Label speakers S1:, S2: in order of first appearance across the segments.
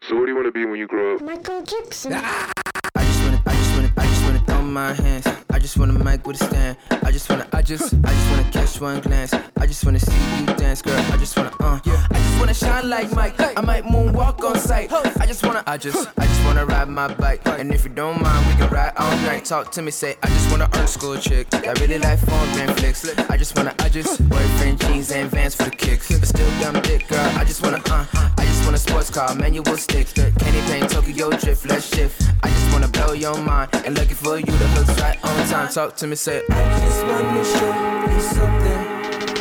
S1: So what do you want to be when you grow up?
S2: Michael Jackson.
S3: I just wanna, I just wanna, I just wanna throw my hands. I just wanna mic with a stand. I just wanna, I just, I just wanna catch one glance. I just wanna see you dance, girl. I just wanna, uh, yeah. I just wanna shine like Mike. I might moonwalk on sight. I just wanna, I just, I just wanna ride my bike. And if you don't mind, we can ride all night. Talk to me, say, I just wanna earn school chick. I really like phone Netflix. I just wanna, I just, boyfriend jeans and vans for the kicks. But still dumb dick, girl. I just wanna, uh, I just want a sports car, manual sticks. Candy paint, Tokyo drift, let's shift. I just wanna blow your mind and lucky for you, the hook's right on time. Talk to me, say. I just wanna show you something.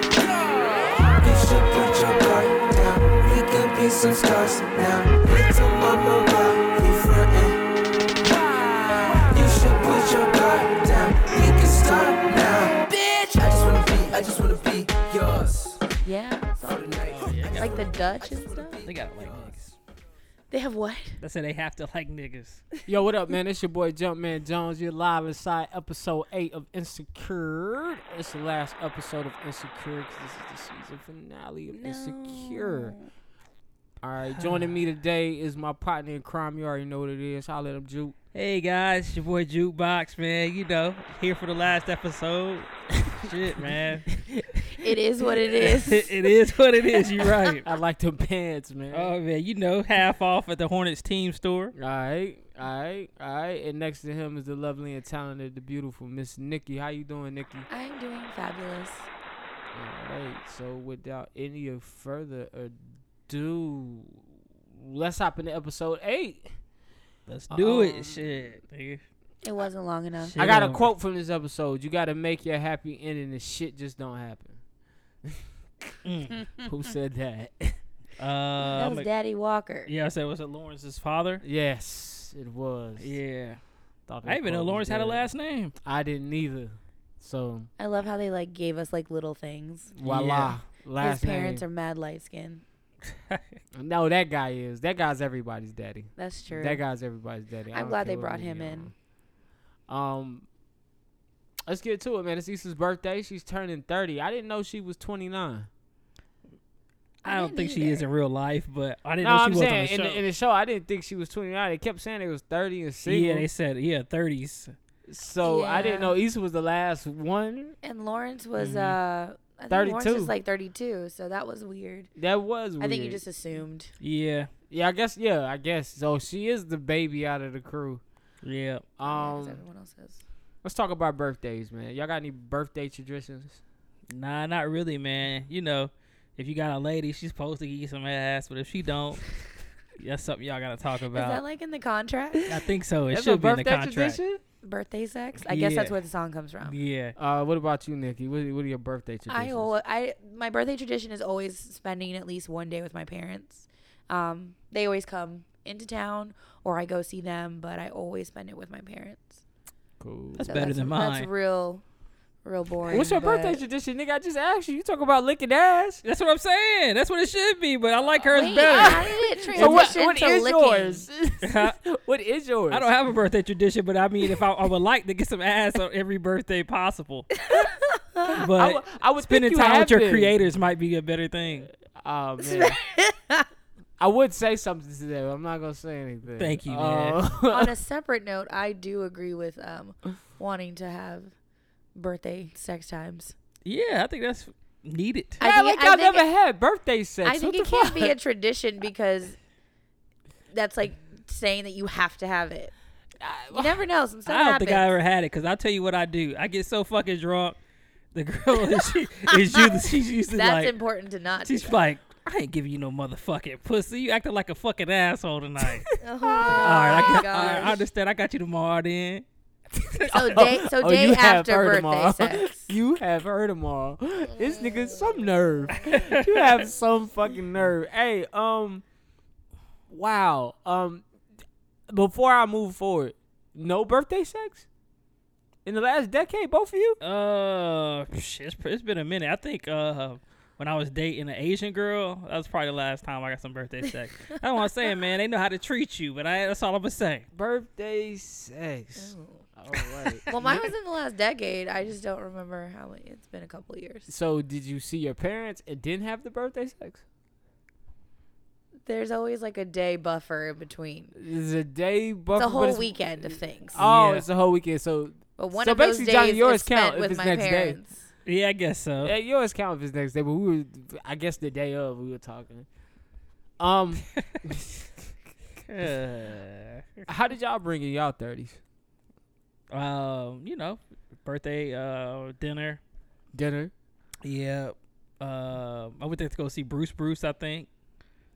S3: You should put your guard down. We can be some stars now. Little mama, why you frontin'? You should put your guard down. We can start now, bitch. I just wanna be, I just wanna be yours
S4: Yeah, it's all-
S3: for the night.
S4: like the Dutch and stuff.
S5: They gotta like niggas.
S4: They have what?
S5: I said they have to like niggas.
S6: Yo, what up, man? It's your boy Jumpman Jones. You're live inside episode eight of Insecure. It's the last episode of Insecure because this is the season finale of Insecure. All right, joining me today is my partner in crime. You already know what it is. I'll let him juke.
S5: Hey guys, it's your boy Jukebox, man. You know, here for the last episode. Shit, man.
S4: It is what it is.
S5: it is what it is. You right.
S6: I like them pants, man.
S5: Oh man, you know, half off at the Hornets team store.
S6: all right, all right, all right. And next to him is the lovely and talented, the beautiful Miss Nikki. How you doing, Nikki?
S4: I'm doing fabulous.
S6: All right. So without any further ado, let's hop into episode eight.
S5: Let's do
S6: Um,
S5: it. Shit, nigga.
S4: It wasn't long enough.
S6: I got a
S5: Shit.
S6: quote from this episode. You got to make your happy ending, and shit just don't happen.
S5: Mm.
S6: Who said that?
S5: Uh,
S6: Oh
S4: That
S5: I'm
S4: was
S5: a-
S4: Daddy Walker.
S5: yeah, I said was it Lawrence's father?
S6: yes, it was.
S5: Yeah.
S6: Thought that
S5: I even know
S6: quote was
S5: Lawrence had a
S6: dead.
S5: last name.
S6: I didn't either. So
S4: I love how they like gave us like little things.
S6: voila, last
S4: His parents
S6: name.
S4: are mad light skinned.
S6: no, that guy is. That guy's everybody's daddy.
S4: That's true.
S6: That guy's everybody's daddy. I
S4: I'm
S6: don't
S4: glad
S6: care
S4: they
S6: what
S4: brought
S6: movie
S4: him
S6: you're
S4: in.
S6: on. Um, let's get to it, man. It's Issa's birthday. She's turning thirty. I didn't know she was twenty nine.
S5: I don't
S4: didn't
S5: think she
S4: either.
S5: is in real life, but I didn't
S6: No,
S5: know she
S6: I'm
S5: was
S6: saying
S5: on
S6: in,
S5: the show.
S6: the, in the show, I didn't think she was twenty nine. They kept saying it was thirty and single.
S5: yeah, they said yeah, thirties.
S6: So I didn't
S4: Yeah.
S6: know Issa was the last one.
S4: And Lawrence was
S6: Mm-hmm.
S4: uh I think Lawrence
S6: 32.
S4: was like 32, so that was weird.
S6: That was weird.
S4: I think you just assumed.
S5: Yeah,
S6: Yeah, I guess. Yeah, I guess. So she is the baby out of the crew.
S5: yeah.
S4: Yeah, 'cause
S6: Um,
S4: everyone else is.
S6: let's talk about birthdays, man. Y'all got any birthday traditions?
S5: Nah, not really, man. You know, if you got a lady, she's supposed to get some ass, but if she don't, that's something y'all gotta talk
S4: Is that
S5: about.
S4: like in the contract?
S5: I think so. It
S6: That's a
S5: should be in the
S6: birthday
S5: contract.
S6: tradition.
S4: Birthday sex? I guess
S5: Yeah.
S4: that's where the song comes from.
S5: Yeah.
S6: Uh, what about you, Nikki? What, what are your birthday traditions?
S4: I al- I my birthday tradition is always spending at least one day with my parents. Um, they always come into town or I go see them, but I always spend it with my parents.
S6: cool.
S5: That's better than mine.
S4: That's real, real boring.
S6: What's your birthday
S4: but-
S6: tradition, nigga? I just asked you. You talk about licking ass.
S5: That's what I'm saying. That's what it should be, but I like hers
S4: Wait,
S5: better.
S4: How did it transition
S6: So what? What
S4: to
S6: is
S4: licking?
S6: yours? what is yours?
S5: I don't have a birthday tradition, but I mean, if I, I would like to get some ass on every birthday possible,
S6: I
S5: but
S6: would- I would
S5: spending
S6: think you
S5: time
S6: have
S5: with your
S6: been.
S5: creators might be a better thing.
S6: Oh man. I would say something to them. I'm not gonna say anything.
S5: Thank you, man.
S6: Uh,
S4: On a separate note, I do agree with um wanting to have birthday sex times.
S5: Yeah, I think that's needed.
S4: I
S6: yeah,
S4: think-
S6: like
S4: I
S6: y'all
S4: think
S6: never
S4: it-
S6: had birthday sex.
S4: I think
S6: what
S4: it
S6: the
S4: can't
S6: fuck?
S4: be a tradition because that's like saying that you have to have it. You never know. Some stuff
S5: I don't
S4: happens.
S5: think I ever had it because I'll tell you what I do. I get so fucking drunk. The girl is she is usually she's usually
S4: That's
S5: like
S4: important to not. do
S5: she's like I ain't giving you no motherfucking pussy. You acting like a fucking asshole tonight.
S4: that. Oh my
S5: all right, I,
S4: gosh.
S5: can, all right, I understand. I got you tomorrow then.
S4: So day, so
S6: Oh,
S4: day
S6: you have
S4: after
S6: heard 'em
S4: birthday
S6: all.
S4: sex.
S6: You have heard them all. This nigga some nerve. you have some fucking nerve. Hey, um, wow. Um, before I move forward, no birthday sex in the last decade, both of you.
S5: Uh, shit, it's, pr- it's been a minute. I think uh when I was dating an Asian girl, that was probably the last time I got some birthday sex. That's what I'm saying, man. They know how to treat you, but I, that's all I'm gonna say.
S6: Birthday sex. Oh, All right.
S4: Oh. Well, mine was in the last decade. I just don't remember how many. It's been a couple years.
S6: So did you see your parents and didn't have the birthday sex?
S4: There's always like a day buffer in between.
S6: It's a day buffer.
S4: It's a
S6: but
S4: whole
S6: it's-
S4: weekend of things.
S6: Oh,
S5: Yeah.
S6: it's a whole weekend. So
S4: But one
S6: so
S4: of those
S6: basically, Johnny,
S4: days
S6: yours
S4: is spent
S6: count if
S4: with
S6: it's
S4: my
S6: next day.
S4: parents.
S5: Yeah, I guess so.
S6: yeah, eh, you always count if it's next day. But we were, I guess, the day of we were talking. Um,
S5: Uh,
S6: how did y'all bring in y'all thirties?
S5: um, you know, birthday, uh, dinner.
S6: Dinner.
S5: Yeah. Um, I went there to go see Bruce Bruce. I think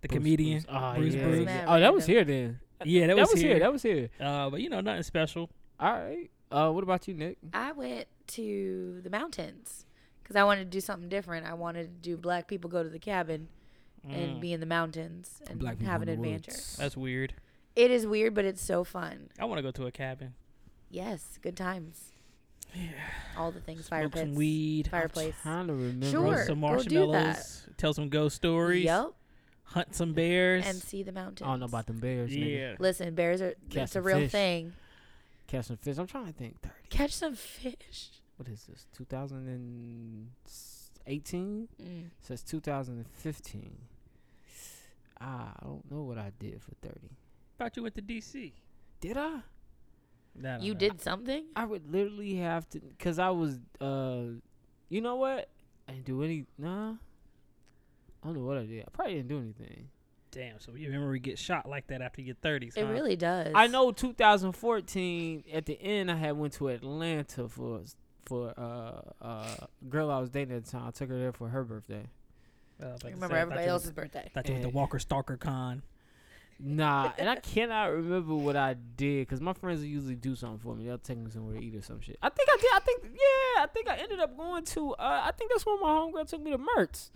S5: the
S6: Bruce,
S5: comedian.
S6: Bruce. Oh,
S5: Bruce
S6: yeah.
S5: Bruce.
S4: Mad
S6: Oh, that was
S4: random.
S6: here then.
S5: Yeah, that,
S6: That, was, here. That was here.
S5: uh, but you know, nothing special.
S6: All right. Uh, what about you, Nick?
S4: I went to the mountains because I wanted to do something different. I wanted to do black people go to the cabin and
S5: Mm,
S4: be in the mountains and have an adventure.
S5: that's weird.
S4: It is weird, but it's so fun.
S5: I want to go to a cabin.
S4: Yes, good times. All the things. Fire
S5: Smoke
S4: pits.
S5: some weed.
S4: Fireplace.
S6: Trying to remember.
S4: Sure.
S5: roast some
S4: go do that.
S5: marshmallows. Tell some ghost stories.
S4: Yep.
S5: Hunt some bears.
S4: And see the mountains.
S6: I don't know about them bears. Nigga.
S5: yeah.
S4: Listen, bears are.
S6: Catch
S4: it's a
S6: some
S4: real
S6: fish.
S4: thing.
S6: Catch some fish. I'm trying to think. Thirty.
S4: Catch some fish.
S6: What is this? 2018.
S4: Mm.
S6: Since 2015. Ah, I don't know what I did for 30.
S5: Thought you went to DC.
S6: Did I?
S5: That I
S4: You
S5: know.
S4: did something.
S6: I would literally have to, cause I was, uh, you know what? I didn't do any. Nah. I don't know what I did. I probably didn't do anything.
S5: Damn. So your memory gets shot like that after you get thirties.
S4: It really does.
S6: I know 2014 at the end I had went to Atlanta for for uh uh girl I was dating at the time. I took her there for her birthday.
S5: Uh,
S4: I remember everybody else's birthday.
S5: Thought you went to
S6: Eh.
S5: Walker Stalker Con.
S6: Nah, and I cannot remember what I did because my friends will usually do something for me. They'll take me somewhere to eat or some shit. I think I did. I think yeah. I think I ended up going to. Uh, I think that's when my homegirl took me to Mertz.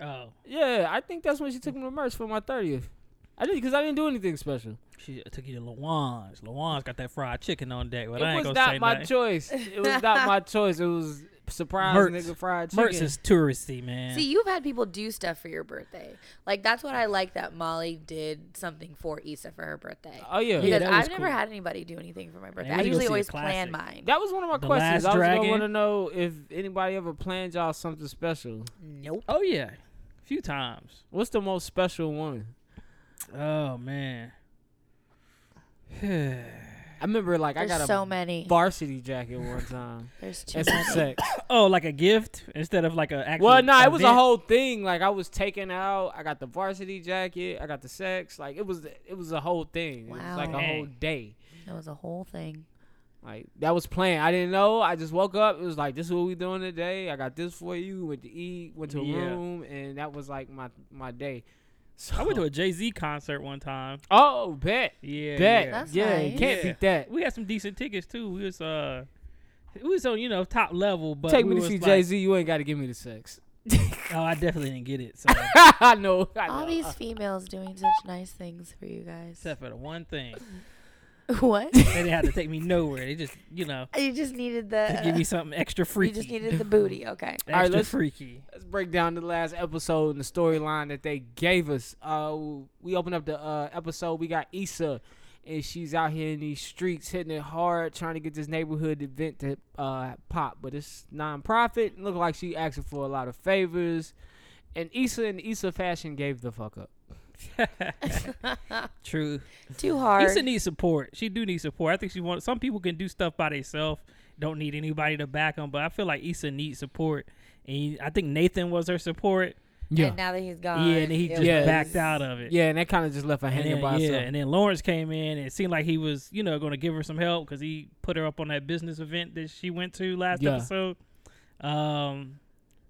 S5: Oh,
S6: Yeah, I think that's when she took me to Mertz for my thirtieth. I did because I didn't do anything special.
S5: she took you to Lawan's. Lawan's got that fried chicken on deck, but I
S6: it
S5: ain't
S6: was
S5: gonna say
S6: not my
S5: nothing.
S6: choice. It was not my choice. It was surprise
S5: Mertz.
S6: nigga fried chicken.
S5: Mertz is touristy, man.
S4: See, you've had people do stuff for your birthday. Like that's what I like that Molly did something for Issa for her birthday.
S6: Oh yeah.
S4: because
S5: that was
S4: I've never
S5: cool.
S4: had anybody do anything for my birthday.
S5: we
S4: I
S5: need to go
S4: usually
S5: see a
S4: always plan
S5: classic.
S4: mine.
S6: That was one of my
S5: The
S6: questions.
S5: Last
S6: I was gonna
S5: Dragon.
S6: want to know if anybody ever planned y'all something special.
S4: Nope.
S5: Oh yeah, a few times.
S6: What's the most special one?
S5: Oh man.
S6: I remember like I
S4: There's
S6: got a
S4: so many.
S6: varsity jacket one time
S4: There's too
S6: and some
S4: many.
S6: sex.
S5: oh, like a gift instead of like a actual.
S6: Well, nah, it was a
S5: event?
S6: whole thing. Like I was taken out. I got the varsity jacket. I got the sex. Like it was, it was a whole thing. It was like
S4: Wow.
S6: a whole
S5: Dang.
S6: day.
S4: That was a whole thing.
S6: Like that was planned. I didn't know. I just woke up. It was like this is what we doing today. I got this for you. Went to eat. Went to a
S5: Yeah.
S6: room, and that was like my my day. So
S5: I went to a Jay Z concert one time.
S6: oh bet
S5: Yeah,
S6: bet
S5: yeah.
S4: That's
S6: yeah
S4: nice.
S6: can't
S5: Yeah.
S6: beat that.
S5: we had some decent tickets too. We was uh, we was on you know top level, but
S6: Take
S5: we
S6: me to
S5: was
S6: see
S5: like-
S6: Jay Z. You ain't got to give me the sex.
S5: Oh, I definitely didn't get it. So
S6: I know. I know.
S4: All
S5: Uh.
S4: these females doing such nice things for you guys.
S5: except for the one thing,
S4: What?
S5: they didn't have to take me nowhere. They just you know
S4: you just needed
S5: to give me
S4: the.
S5: something extra
S4: You
S5: freaky.
S4: just needed the booty. Okay.
S5: extra
S6: All right, let's-
S5: freaky.
S6: Let's break down the last episode and the storyline that they gave us. Uh, we opened up the uh, episode. We got Issa, and she's out here in these streets hitting it hard, trying to get this neighborhood event to uh, pop. But it's nonprofit. Look like she asking for a lot of favors, and Issa in Issa fashion gave the fuck up.
S5: True.
S4: Too hard.
S5: Issa needs support. She do need support. I think she wants. Some people can do stuff by themselves, don't need anybody to back them. But I feel like Issa needs support, and I think Nathan was her support.
S4: And now that he's gone.
S5: yeah, and he
S4: it
S5: just
S6: Uh, Yeah.
S4: was-
S5: backed out of it.
S6: yeah, and that kind of just left her
S5: And
S6: hanging
S5: then,
S6: by
S5: yeah,
S6: herself.
S5: and then Lawrence came in, and it seemed like he was, you know, going to give her some help because he put her up on that business event that she went to last
S6: Yeah.
S5: episode. Um,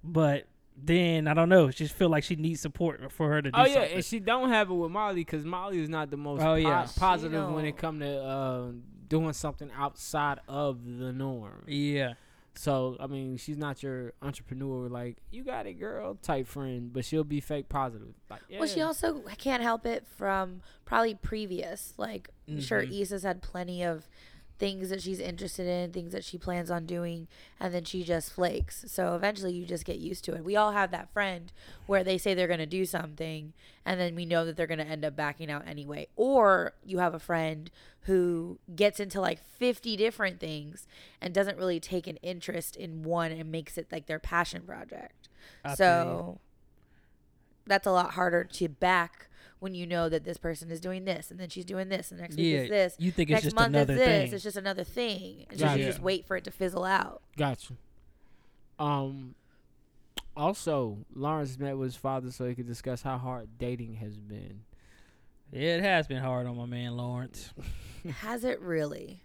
S5: but then I don't know. She just feel like she needs support for her to do
S6: Oh yeah,
S5: something.
S6: and she don't have it with Molly because Molly is not the most
S5: Oh,
S6: po-
S5: yeah.
S6: positive when
S4: She
S6: it come to uh, doing something outside of the norm.
S5: yeah,
S6: So I mean, she's not your entrepreneur like you got it, girl type friend, but she'll be fake positive. Like, yeah.
S4: Well, she also can't help it from probably previous. Like, I'm sure, Issa's had plenty of things that she's interested in, things that she plans on doing, and then she just flakes. So eventually, you just get used to it. We all have that friend where they say they're going to do something, and then we know that they're going to end up backing out anyway. Or you have a friend who gets into like 50 different things and doesn't really take an interest in one and makes it like their passion project.
S5: I feel you.
S4: so that's a lot harder to back when you know that this person is doing this and then she's doing this and next week
S5: Yeah,
S4: is this.
S5: you think it's
S4: next
S5: just
S4: month
S5: another
S4: is this.
S5: thing.
S4: It's just another thing. And so
S6: Right.
S4: you
S5: Yeah.
S4: just wait for it to fizzle out.
S6: Gotcha. Um. Also, Lawrence met with his father so he could discuss how hard dating has been.
S5: Yeah, it has been hard on my man Lawrence.
S4: Has it really?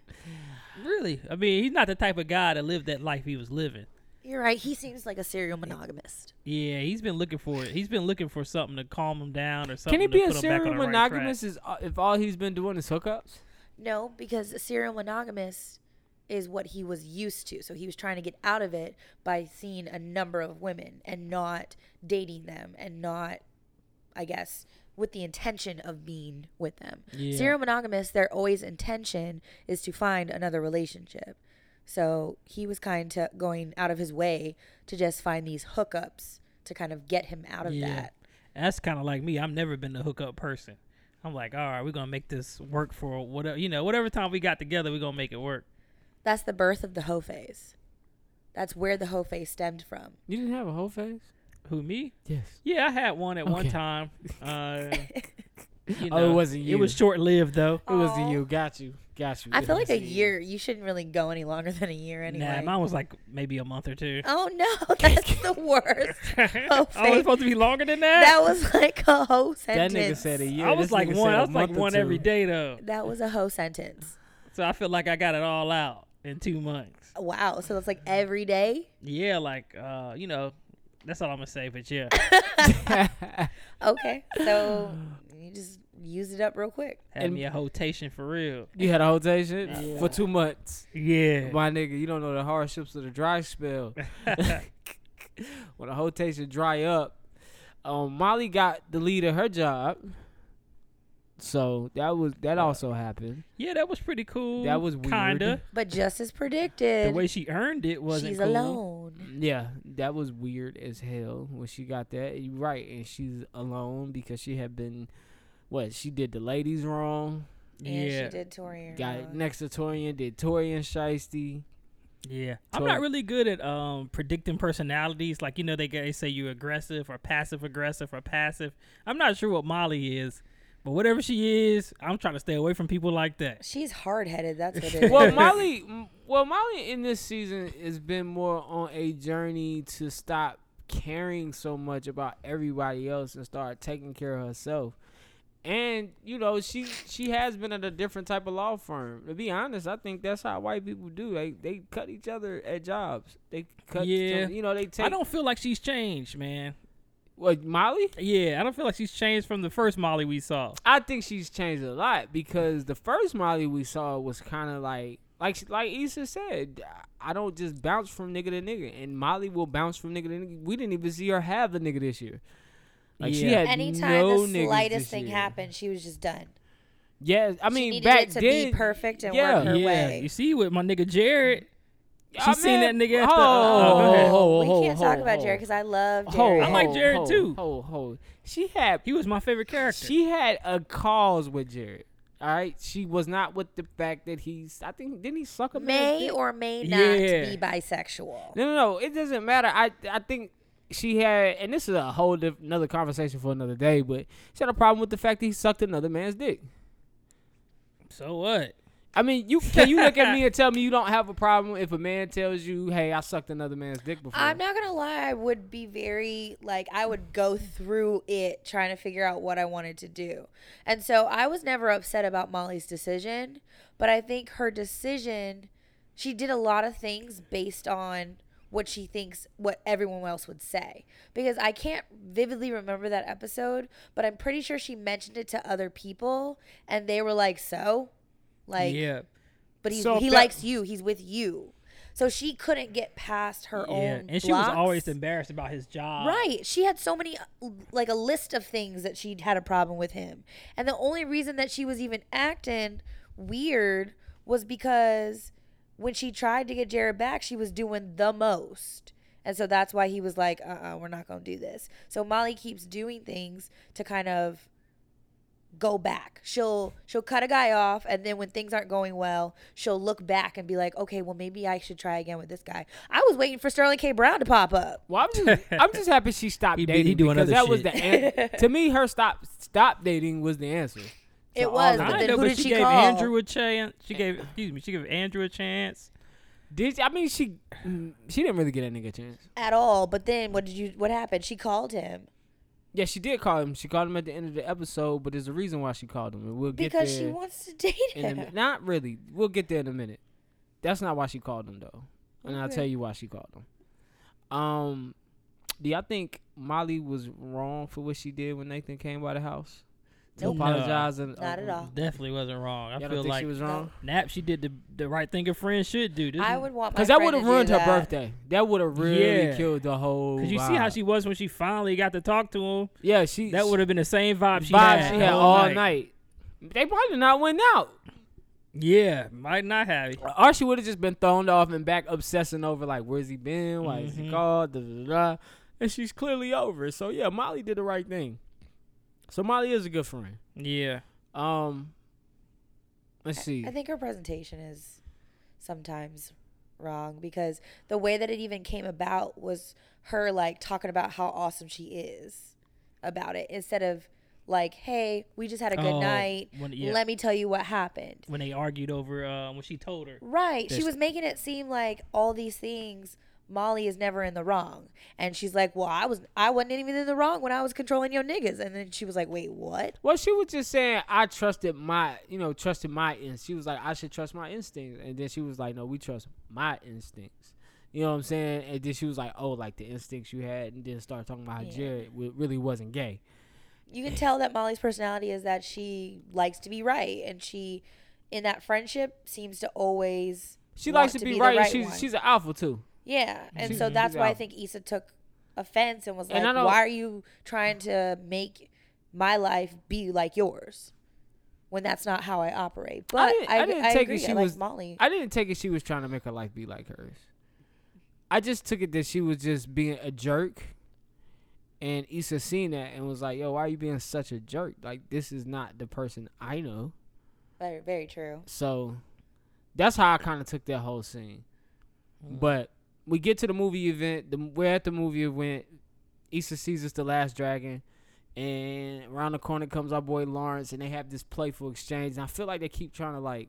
S5: Really? I mean, he's not the type of guy to live that life he was living.
S4: You're right. He seems like a serial monogamist.
S5: Yeah, he's been looking for it. He's been looking for something to calm him down or something.
S6: Can he
S5: to
S6: be a
S5: put him back on
S6: serial
S5: the right
S6: monogamist is, uh, if all he's been doing is hookups?
S4: No, because a serial monogamist is what he was used to. So he was trying to get out of it by seeing a number of women and not dating them and not, I guess, with the intention of being with them.
S5: Yeah.
S4: Serial monogamous, their always intention is to find another relationship. So he was kind of going out of his way to just find these hookups to kind of get him out of
S5: Yeah.
S4: that.
S5: That's kind of like me. I've never been the hookup person. I'm like, all right, we're gonna make this work for whatever you know, whatever time we got together, we're gonna make it work.
S4: That's the birth of the hoe phase. That's where the hoe phase stemmed from.
S6: You didn't have a whole face?
S5: Who me?
S6: Yes.
S5: Yeah, I had one at one
S6: Okay.
S5: time. Uh, you
S6: Oh, it
S5: know,
S6: wasn't you.
S5: It was short lived though.
S6: It was the
S4: Aw.
S6: you. Got you. Got you.
S4: I feel like a
S6: See.
S4: year. You shouldn't really go any longer than a year anyway.
S5: Nah, mine was like maybe a month or two.
S4: oh no, that's the worst.
S5: oh,
S4: thank-
S5: it's supposed to be longer than
S4: That
S5: that.
S4: was like a hoe
S6: That
S4: sentence.
S6: nigga said a year.
S5: I was
S6: This
S5: like
S6: nigga
S5: one.
S6: said a
S5: I was like
S6: month or
S5: one
S6: two.
S5: every day though.
S4: That was a hoe sentence.
S5: So I feel like I got it all out in two months.
S4: Wow. So that's like every day.
S5: Yeah, like uh, you know, that's all I'm gonna say. But yeah,
S4: Okay. So you just used it up real quick.
S5: had
S6: And-
S5: me a hotation for real.
S6: you had a whole day shit for two months.
S5: Yeah,
S6: My nigga, you don't know the hardships of the dry spell. when the whole taste would dry up, um, Molly got the lead of her job. So that was that also happened.
S5: yeah, that was pretty cool.
S6: That was weird.
S5: kinda.
S4: But just as
S5: The
S4: predicted,
S5: way she earned it wasn't
S4: she's
S5: cool.
S4: alone.
S6: Yeah, that was weird as hell when she got that. You right, and she's alone because she had been what she did the ladies wrong.
S4: And
S5: Yeah,
S4: she did Torian.
S6: Got
S4: wrong.
S6: next to Torian, did Torian Shiesty.
S5: yeah. I'm
S6: So-
S5: not really good at um predicting personalities. Like you know, they g- they say you're aggressive or passive aggressive or passive. I'm not sure what Molly is, but whatever she is, I'm trying to stay away from people like that.
S4: She's hard headed. That's what it is.
S6: well, Molly, m- well, Molly in this season has been more on a journey to stop caring so much about everybody else and start taking care of herself. And you know, she she has been at a different type of law firm. To be honest, I think that's how white people do. They they cut each other at jobs. They cut.
S5: Yeah.
S6: you know, they take.
S5: I don't feel like she's changed, man.
S6: What Molly?
S5: Yeah, I don't feel like she's changed from the first Molly we saw.
S6: I think she's changed a lot because the first Molly we saw was kind of like, like, she- like Issa said, I don't just bounce from nigga to nigga, and Molly will bounce from nigga to nigga. We didn't even see her have the nigga this year. Like she
S5: Yeah.
S6: had
S4: Anytime
S6: no
S4: the
S6: niggas
S4: slightest
S6: this
S4: thing
S6: year.
S4: happened, she was just done.
S6: Yeah, I
S4: She
S6: mean
S4: needed
S6: back
S4: it to
S6: then,
S4: be perfect and
S6: yeah.
S4: work her
S5: yeah,
S4: way.
S5: you see with my nigga Jared,
S6: I
S5: She seen
S6: mean,
S5: that nigga
S6: Oh,
S5: after- oh, go ahead.
S6: ho, ho,
S4: we can't
S6: ho,
S4: talk
S6: ho,
S4: about
S6: ho.
S4: Jared because I love
S6: Ho,
S4: Jared. Oh
S5: I like
S6: ho,
S5: Jared,
S6: ho,
S5: too.
S6: Ho, ho. She had
S5: he was my favorite character.
S6: She had a cause with Jared. All right, she was not with the fact that he's. I think didn't he suck a man's
S4: may
S6: dick?
S4: or may not
S5: Yeah.
S4: be bisexual.
S6: No, no, no. It doesn't matter. I I think she had, and this is a whole diff- another conversation for another day. But she had a problem with the fact that he sucked another man's dick.
S5: so what?
S6: I mean, you can you look at me and tell me you don't have a problem if a man tells you, "Hey, I sucked another man's dick before."
S4: I'm not gonna lie, I would be very like I would go through it trying to figure out what I wanted to do. And so I was never upset about Molly's decision, but I think her decision she did a lot of things based on what she thinks what everyone else would say because I can't vividly remember that episode, but I'm pretty sure she mentioned it to other people and they were like, "So?" Like
S5: yeah,
S4: but he's,
S6: So if
S4: he
S6: that-
S4: likes you. He's with you. So she couldn't get past her own.
S5: yeah, and she was
S4: oh, blocks.
S5: always embarrassed about his job.
S4: Right. She had so many, like a list of things that she had a problem with him. And the only reason that she was even acting weird was because when she tried to get Jared back, she was doing the most. And so that's why he was like, uh uh-uh, uh, we are not going to do this. So Molly keeps doing things to kind of go back. She'll she'll cut a guy off and then when things aren't going well, she'll look back and be like, "Okay, well maybe I should try again with this guy." I was waiting for Sterling K Brown to pop up.
S6: Well, I'm just, I'm just happy she stopped
S5: He be- he
S6: dating
S5: doing
S6: because that
S5: other
S6: was the
S5: shit.
S6: an- to me her stop stop dating was the answer.
S4: It
S6: all
S4: was,
S6: of
S4: but
S6: it.
S5: I
S4: then
S5: know,
S4: who
S5: but
S4: did
S5: she,
S4: she
S5: gave
S4: call?
S5: Andrew a chance. She gave, excuse me, she gave Andrew a chance.
S6: Did I mean she mm, she didn't really get that nigga a chance.
S4: At all, but then what did you what happened? She called him
S6: Yeah, she did call him. She called him at the end of the episode, but there's a reason why she called him, and we'll get
S4: because she
S6: there
S4: wants to date
S6: in a
S4: him.
S6: minute. Not really. We'll get there in a minute. That's not why she called him though, and I'll
S4: Okay.
S6: tell you why she called him. Um, do y'all think Molly was wrong for what she did when Nathan came by the house to
S4: Nope.
S6: apologize? and, uh,
S4: Not at all.
S5: Definitely wasn't wrong. I
S6: Y'all
S5: feel
S6: don't think
S5: like
S6: she was wrong.
S5: Nap, she did the the right thing a friend should do. This
S4: I
S5: is-
S4: would want my
S6: Cause that
S4: friend
S6: would have
S4: to do
S6: ruined her
S4: that.
S6: birthday. That would have really
S5: Yeah.
S6: killed the whole.
S5: Cause you see how
S6: vibe.
S5: she was when she finally got to talk to him.
S6: Yeah, she.
S5: That would have been the same vibe she
S6: vibe
S5: had.
S6: she
S5: the
S6: had
S5: whole
S6: all night. They probably not went out,
S5: Yeah, might not have.
S6: or she would have just been thrown off and back obsessing over like, where's he been? Why is he
S5: Mhm.
S6: called? Da, da, da, da. And she's clearly over. it. So yeah, Molly did the right thing. So Molly is a good friend.
S5: Yeah,
S6: Um, let's see.
S4: I think her presentation is sometimes wrong because the way that it even came about was her like talking about how awesome she is about it instead of like, hey, we just had a good
S5: Oh,
S4: night.
S5: when- yeah.
S4: Let me tell you what happened.
S5: when they argued over uh, when she told her.
S4: Right. she
S6: That's-
S4: was making it seem like all these things Molly is never in the wrong. And she's like, Well, I was I wasn't even in the wrong when I was controlling your niggas and then she was like, Wait, what?
S6: Well, she was just saying I trusted my, you know, trusted my instincts. She was like, I should trust my instincts, and then she was like, No, we trust my instincts. You know what I'm saying? And then she was like, Oh, like the instincts you had, and then start talking about how
S4: Yeah.
S6: Jared w- really wasn't gay.
S4: you can tell that Molly's personality is that she likes to be right, and she, in that friendship, seems to always
S6: She
S4: want
S6: likes to, be,
S4: the
S6: right. and
S4: right
S6: she's
S4: one.
S6: she's an alpha too.
S4: yeah, and
S6: She's-
S4: so
S6: Mhm.
S4: that's
S6: she's
S4: why I
S6: out.
S4: think Issa took offense and was
S6: And I
S4: like,
S6: don't-
S4: "Why are you trying to make my life be like yours when that's not how I operate?" But I,
S6: didn't-
S4: I,
S6: I didn't take it
S4: agree.
S6: she
S4: I like
S6: was-
S4: Molly.
S6: I didn't take it she was trying to make her life be like hers. I just took it that she was just being a jerk. And Issa seen that and was like, Yo, why are you being such a jerk? Like this is not the person I know.
S4: very, very true.
S6: So that's how I kind of took that whole scene.
S5: Mm.
S6: But we get to the movie event. The, we're at the movie event. Issa sees us the last dragon. And around the corner comes our boy Lawrence, and they have this playful exchange. And I feel like they keep trying to like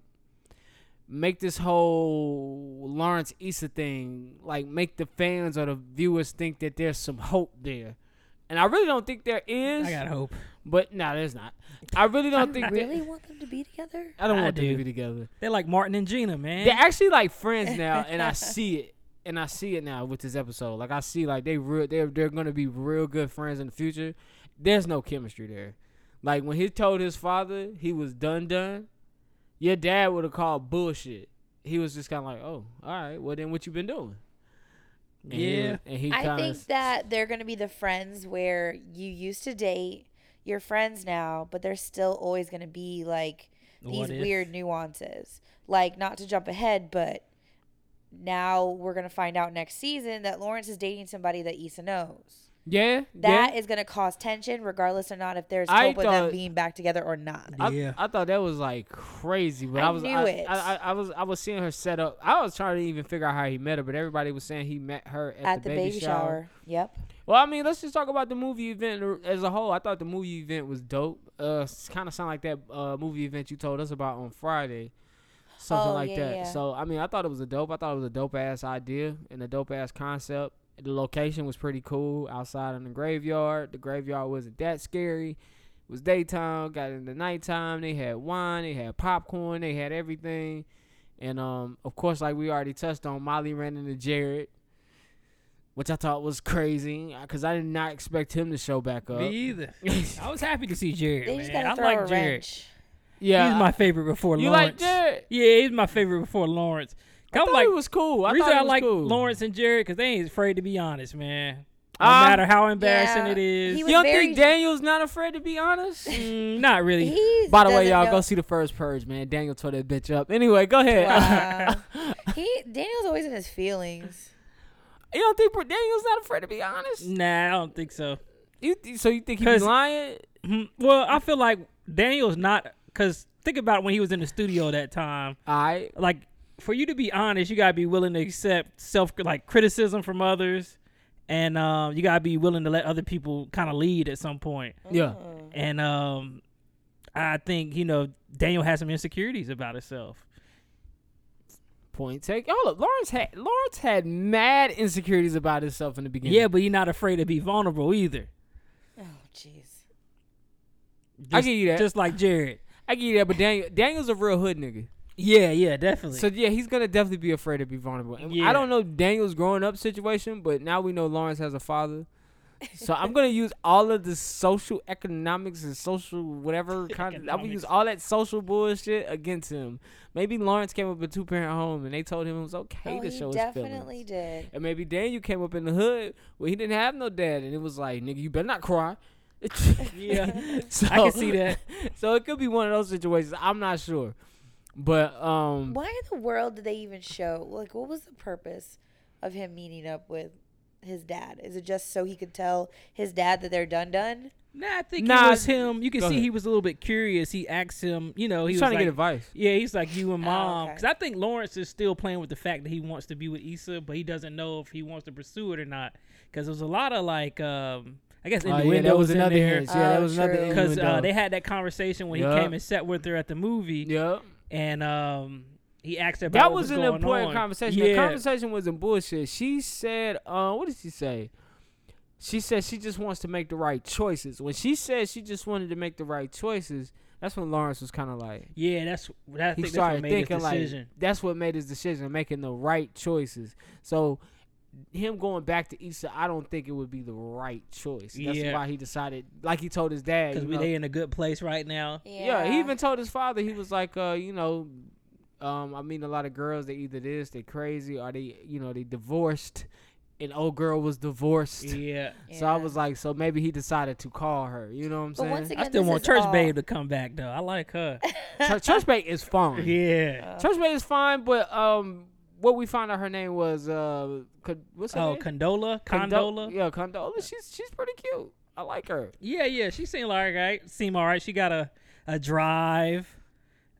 S6: make this whole Lawrence Issa thing, like make the fans or the viewers think that there's some hope there. And I really don't think there is.
S5: I got hope.
S6: but no, there's not. I really don't think. there-
S4: Really want them to be together?
S6: I don't
S5: I
S6: want them to
S5: do.
S6: be together.
S5: They're like Martin and Gina, man.
S6: They're actually like friends now, and I see it, and I see it now with this episode. Like I see, like they real, they're they're gonna be real good friends in the future. There's no chemistry there. Like when he told his father he was done done, your dad would have called bullshit. He was just kind of like, oh, all right, well then what you been doing? And he,
S5: yeah,
S6: was- and he
S4: I
S6: kind
S4: think
S6: of
S4: that they're going to be the friends where you used to date, you're friends now, but there's still always going to be like these
S5: What if?
S4: weird nuances. Like, not to jump ahead, but now we're going to find out next season that Lawrence is dating somebody that Issa knows.
S6: yeah yeah.
S4: That is going to cause tension, regardless or not if there's
S6: I
S4: hope of them
S6: thought-
S4: being back together or not.
S6: I,
S5: Yeah.
S6: I thought that was like crazy, but I,
S4: I
S6: was
S4: knew
S6: I,
S4: it.
S6: I, I, I was I was seeing her set up. I was trying to even figure out how he met her, but everybody was saying he met her at,
S4: At, the, baby, shower. Yep.
S6: Well, I mean, let's just talk about the movie event as a whole. I thought the movie event was dope. Uh, kind of sound like that uh, movie event you told us about on Friday, something
S4: Oh,
S6: like
S4: yeah,
S6: that.
S4: yeah.
S6: So, I mean, I thought it was a dope. I thought it was a dope ass idea and a dope ass concept. The location was pretty cool outside in the graveyard. The graveyard wasn't that scary. It was daytime. Got into nighttime. They had wine. They had popcorn. They had everything. And um, of course, like we already touched on, Molly ran into Jared, which I thought was crazy because I did not expect him to show back up.
S5: me either. I was happy to see Jared.
S4: They just
S5: man.
S4: got to
S5: I
S4: throw
S5: like
S4: a
S5: Jared.
S4: wrench.
S6: yeah,
S5: He's
S6: I-
S5: my favorite before
S6: you like
S5: Lawrence.
S6: Jared?
S5: Yeah, he's my favorite before Lawrence.
S6: I
S5: I'm
S6: thought
S5: like,
S6: he was cool. I
S5: reason
S6: thought he
S5: I
S6: was
S5: like
S6: cool.
S5: Lawrence and Jared because they ain't afraid to be honest, man. No
S6: Uh,
S5: matter how embarrassing
S4: yeah,
S5: it
S4: he
S5: is,
S6: You
S4: was
S6: don't
S4: very-
S6: think Daniel's not afraid to be honest?
S5: Mm, not really.
S4: He
S6: By the way,
S4: doesn't
S6: y'all
S4: know-
S6: go see the first purge, man. Daniel tore that bitch up. Anyway, go ahead.
S4: Wow. he Daniel's always in his feelings.
S6: you don't think Daniel's not afraid to be honest?
S5: Nah, I don't think so.
S6: You, so you think he's
S5: Cause-
S6: lying?
S5: Hmm, Well, I feel like Daniel's not because think about when he was in the studio that time.
S6: I
S5: Like for you to be honest, you gotta be willing to accept self like criticism from others, and um, you gotta be willing to let other people kind of lead at some point.
S6: yeah.
S4: Mm-hmm.
S5: And um, I think you know Daniel has some insecurities about himself.
S6: Point take. Oh look, Lawrence had Lawrence had mad insecurities about himself in the beginning.
S5: Yeah, but you're not afraid to be vulnerable either.
S4: Oh, jeez.
S5: Just,
S6: I give you that.
S5: Just like Jared.
S6: I get that, but Daniel Daniel's a real hood nigga.
S5: Yeah, yeah, definitely.
S6: So yeah, he's gonna definitely be afraid to be vulnerable. And
S5: Yeah.
S6: I don't know Daniel's growing up situation, but now we know Lawrence has a father. So I'm gonna use all of the social economics and social whatever kind of I'm gonna use
S5: Economics.
S6: all that social bullshit against him. Maybe Lawrence came up in a two parent home and they told him it was okay
S4: Oh,
S6: to
S4: he
S6: show his
S4: definitely
S6: feelings.
S4: did.
S6: And maybe Daniel came up in the hood where he didn't have no dad and it was like, nigga, you better not cry.
S5: yeah,
S6: So-
S5: I can see that.
S6: So it could be one of those situations. I'm not sure. But um
S4: Why in the world did they even show? Like, what was the purpose of him meeting up with his dad? Is it just so he could tell his dad that they're done, done?
S5: Nah, I think
S6: Nah,
S5: it was him. You can
S6: go
S5: see
S6: ahead.
S5: he was a little bit curious. He asked him, you know, he
S6: he's
S5: was
S6: trying to
S5: like-
S6: get advice.
S5: Yeah, he's like you and
S4: Oh,
S5: mom.
S4: okay.
S5: Because I think Lawrence is still playing with the fact that he wants to be with Issa, but he doesn't know if he wants to pursue it or not. Because there was a lot of like, um, I guess
S6: Oh,
S5: innuendos
S6: yeah, that was
S5: in
S6: another
S5: there.
S6: hint. Yeah, that
S4: Oh,
S6: was another
S4: true.
S5: Because uh,
S6: innuendo.
S5: they had that conversation when
S6: Yeah.
S5: he came and sat with her at the movie,
S6: yeah,
S5: and um, he asked her about
S6: that
S5: what
S6: was an
S5: going
S6: important
S5: on.
S6: conversation.
S5: Yeah,
S6: The conversation wasn't bullshit. She said, uh, "What did she say?" She said she just wants to make the right choices. When she said she just wanted to make the right choices, that's when Lawrence was kind of like
S5: yeah, that's that. I think
S6: he
S5: that's what
S6: started
S5: made his
S6: thinking like
S5: decision.
S6: that's what made his decision, making the right choices. So him going back to Issa, I don't think it would be the right choice. That's
S5: Yeah.
S6: why he decided, like he told his dad,
S5: Because
S6: you
S5: we
S6: know,
S5: they in a good place right now.
S6: Yeah. he even told his father he was like, uh, you know, um, I mean, a lot of girls they either this, they crazy, or they, you know, they divorced. An old girl was divorced,
S5: Yeah,
S6: so I was like, so maybe he decided to call her. You know what I'm
S4: But
S6: saying?
S4: once
S5: I
S4: again,
S5: still
S4: this
S5: want
S4: is
S5: Church
S4: all-
S5: Babe to come back though. I like her.
S6: Church, Church Bay is fine.
S5: yeah.
S6: Church Bay is fine, but um, what we found out her name was uh, Con- what's her
S5: Oh,
S6: name?
S5: Condola, Condola.
S6: Condo- yeah, Condola. She's she's pretty cute. I like her.
S5: Yeah, yeah, she seemed like right. Seemed all right. She got a a drive,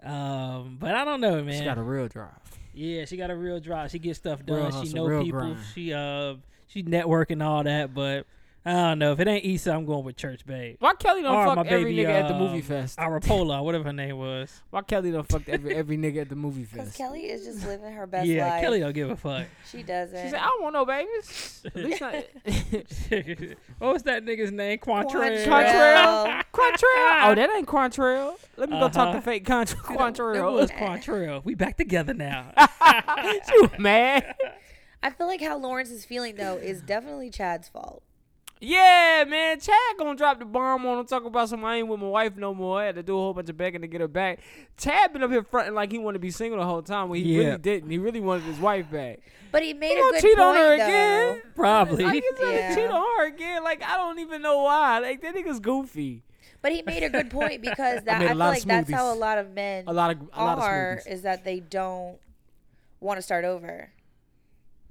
S5: um, but I don't know, man.
S6: She got a real drive.
S5: yeah, she got a real drive. She gets stuff
S6: Real
S5: done. she
S6: hustle,
S5: know
S6: real
S5: people.
S6: grind.
S5: She uh, she networking all that. But I don't know if it ain't Issa, I'm going with Church Babe.
S6: Why Kelly don't
S5: Or
S6: fuck every nigga at the
S5: um,
S6: movie fest?
S5: Arapola, whatever her name was.
S6: Why Kelly don't fuck every every nigga at the movie
S4: Because
S6: fest?
S4: Kelly is just living her best
S5: yeah,
S4: life.
S5: Kelly don't give a fuck.
S4: She doesn't.
S6: She said, I don't want no babies. At least not.
S5: what was that nigga's name? Quantrell.
S6: Quantrell.
S4: Quantrell.
S6: Quantrell. Oh, that ain't Quantrell. Let me go talk
S5: Uh-huh.
S6: to fake Quant-
S5: It
S6: Quantrell.
S5: was Quantrell. We back together now.
S6: you mad?
S4: I feel like how Lawrence is feeling though is definitely Chad's fault.
S6: Yeah, man. Chad gonna drop the bomb on him. Talk about some. I ain't with my wife no more. I had to do a whole bunch of begging to get her back. Chad been up here fronting like he wanted to be single the whole time when he
S5: Yeah.
S6: really didn't. He really wanted his wife back.
S4: But he made
S6: He
S4: a
S6: gonna
S4: good
S6: cheat
S4: point
S6: on her
S4: though.
S6: again.
S5: Probably.
S6: Like, he's gonna
S4: Yeah.
S6: cheat on her again. Like I don't even know why. Like that nigga's goofy.
S4: But he made a good point because that
S6: made
S4: I,
S6: a
S4: feel
S6: lot of
S4: like that's how a
S6: smoothies.
S4: lot of men
S6: A lot of a lot of
S4: are
S6: smoothies.
S4: is that they don't want to start over.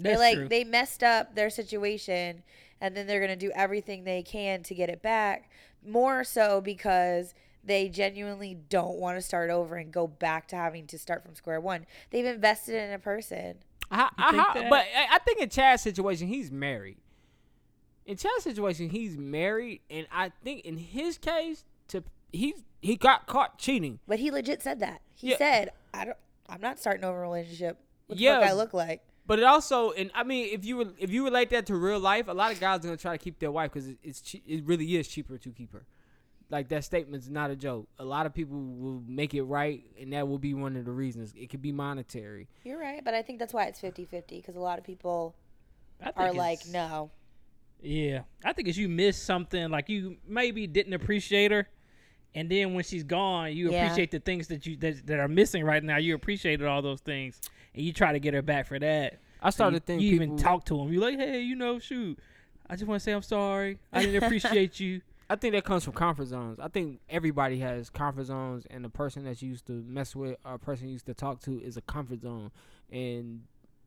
S4: They
S5: That's
S4: like
S5: true.
S4: they messed up their situation and then they're gonna do everything they can to get it back. More so because they genuinely don't want to start over and go back to having to start from square one. They've invested in a person.
S6: I, I,
S5: think
S6: how-
S5: that-
S6: but I, I think in Chad's situation, he's married. In Chad's situation, he's married, and I think in his case, to he he got caught cheating.
S4: But he legit said that. He
S6: Yeah.
S4: said, I don't I'm not starting over a relationship. What the
S6: Yeah.
S4: fuck I look like.
S6: But it also, and I mean, if you re- if you relate that to real life, a lot of guys are gonna try to keep their wife because it, it's che- it really is cheaper to keep her. Like that statement's not a joke. A lot of people will make it right, and that will be one of the reasons. It could be monetary.
S4: You're right, but I think that's why it's 50-50 because a lot of people
S5: I think
S4: are
S5: it's-
S4: like, no.
S5: Yeah, I think if you miss something, like you maybe didn't appreciate her, and then when she's gone, you
S4: Yeah.
S5: appreciate the things that you that, that are missing right now. You appreciated all those things, and you try to get her back for that.
S6: I
S5: So you,
S6: started thinking
S5: you even
S6: people-
S5: talk to him. You're like, hey, you know, shoot, I just want to say I'm sorry. I didn't appreciate you.
S6: I think that comes from comfort zones. I think everybody has comfort zones, and the person that you used to mess with or person you used to talk to is a comfort zone. And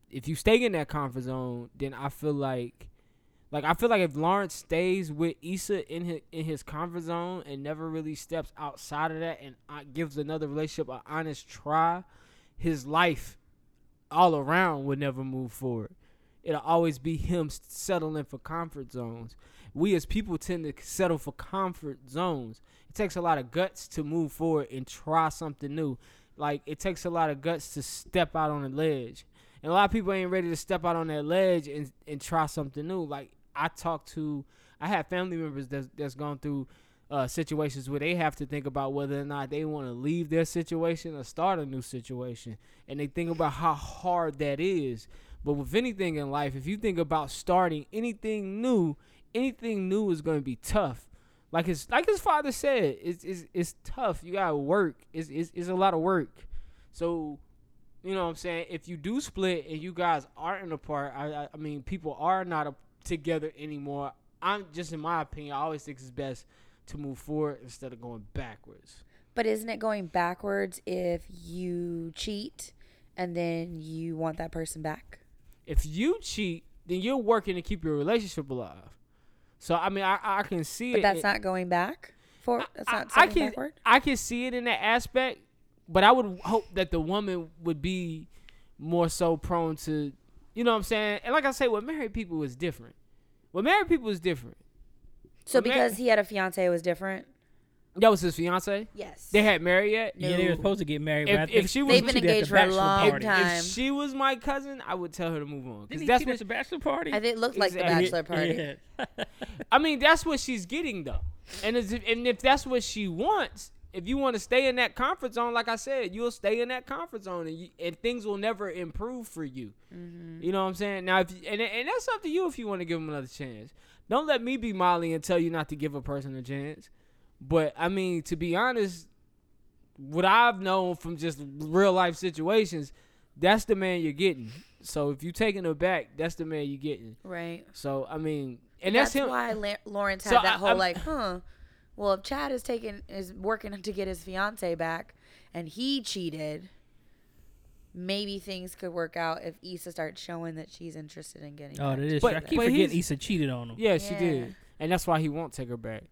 S6: if you stay in that comfort zone, then I feel like Like I feel like if Lawrence stays with Issa in his in his comfort zone and never really steps outside of that and uh, gives another relationship an honest try, his life all around would never move forward. It'll always be him s- settling for comfort zones. We as people tend to settle for comfort zones. It takes a lot of guts to move forward and try something new. Like it takes a lot of guts to step out on a ledge. And a lot of people ain't ready to step out on that ledge and, and try something new. Like I talked to, I have family members that's, that's gone through uh, situations where they have to think about whether or not they want to leave their situation or start a new situation. And they think about how hard that is. But with anything in life, if you think about starting anything new, anything new is going to be tough. Like his like his father said, it's it's, it's tough. You gotta work. It's, it's it's a lot of work. So you know what I'm saying? If you do split and you guys aren't apart, I, I, I mean, people are not a, together anymore. I'm just in my opinion, I always think it's best to move forward instead of going backwards.
S4: But isn't it going backwards if you cheat and then you want that person back?
S6: If you cheat, then you're working to keep your relationship alive. So I mean, I, I can see
S4: But
S6: it.
S4: that's
S6: in-
S4: not going back. For that's
S6: I-
S4: not
S6: I, I
S4: stepping
S6: can
S4: backward.
S6: I can see it in that aspect, but I would hope that the woman would be more so prone to, you know what I'm saying? And like I say, with married people is different. With married people is different.
S4: So
S6: Well, ma-
S4: because he had a fiance, it was different.
S6: That was his fiance.
S4: Yes.
S6: They had married yet.
S5: Yeah, they were supposed to get married.
S6: If-
S5: but I
S6: if
S5: think
S6: she was- They've
S4: been
S5: cheated at the
S4: engaged for a
S5: bachelor
S4: long
S5: party.
S4: time.
S6: If she was my cousin, I would tell her to move on.
S5: Didn't
S6: Because
S5: he
S6: that's
S5: cheat at
S6: what
S5: the bachelor party?
S4: I think it looked like
S6: Exactly.
S4: the bachelor party.
S5: Yeah.
S6: I mean, that's what she's getting though. And as if, and if that's what she wants, if you want to stay in that comfort zone, like I said, you'll stay in that comfort zone, and you, and things will never improve for you. You know what I'm saying? Now, if you, and and that's up to you if you want to give them another chance. Don't let me be Molly and tell you not to give a person a chance. But I mean, to be honest, what I've known from just real life situations, that's the man you're getting. So if you taking her back, that's the man you're getting.
S4: Right.
S6: So I mean, and that's, him.
S4: why La- Lawrence had
S6: So I-
S4: that whole
S6: I'm-
S4: like, huh? Well, if Chad is taking is working to get his fiance back, and he cheated, maybe things could work out if Issa starts showing that she's interested in getting.
S5: oh,
S4: back
S5: that
S4: to
S5: is.
S6: But-
S5: true. I keep
S6: but
S5: forgetting
S6: he's-
S5: Issa cheated on him.
S6: Yeah, she
S4: Yeah.
S6: did, and that's why he won't take her back.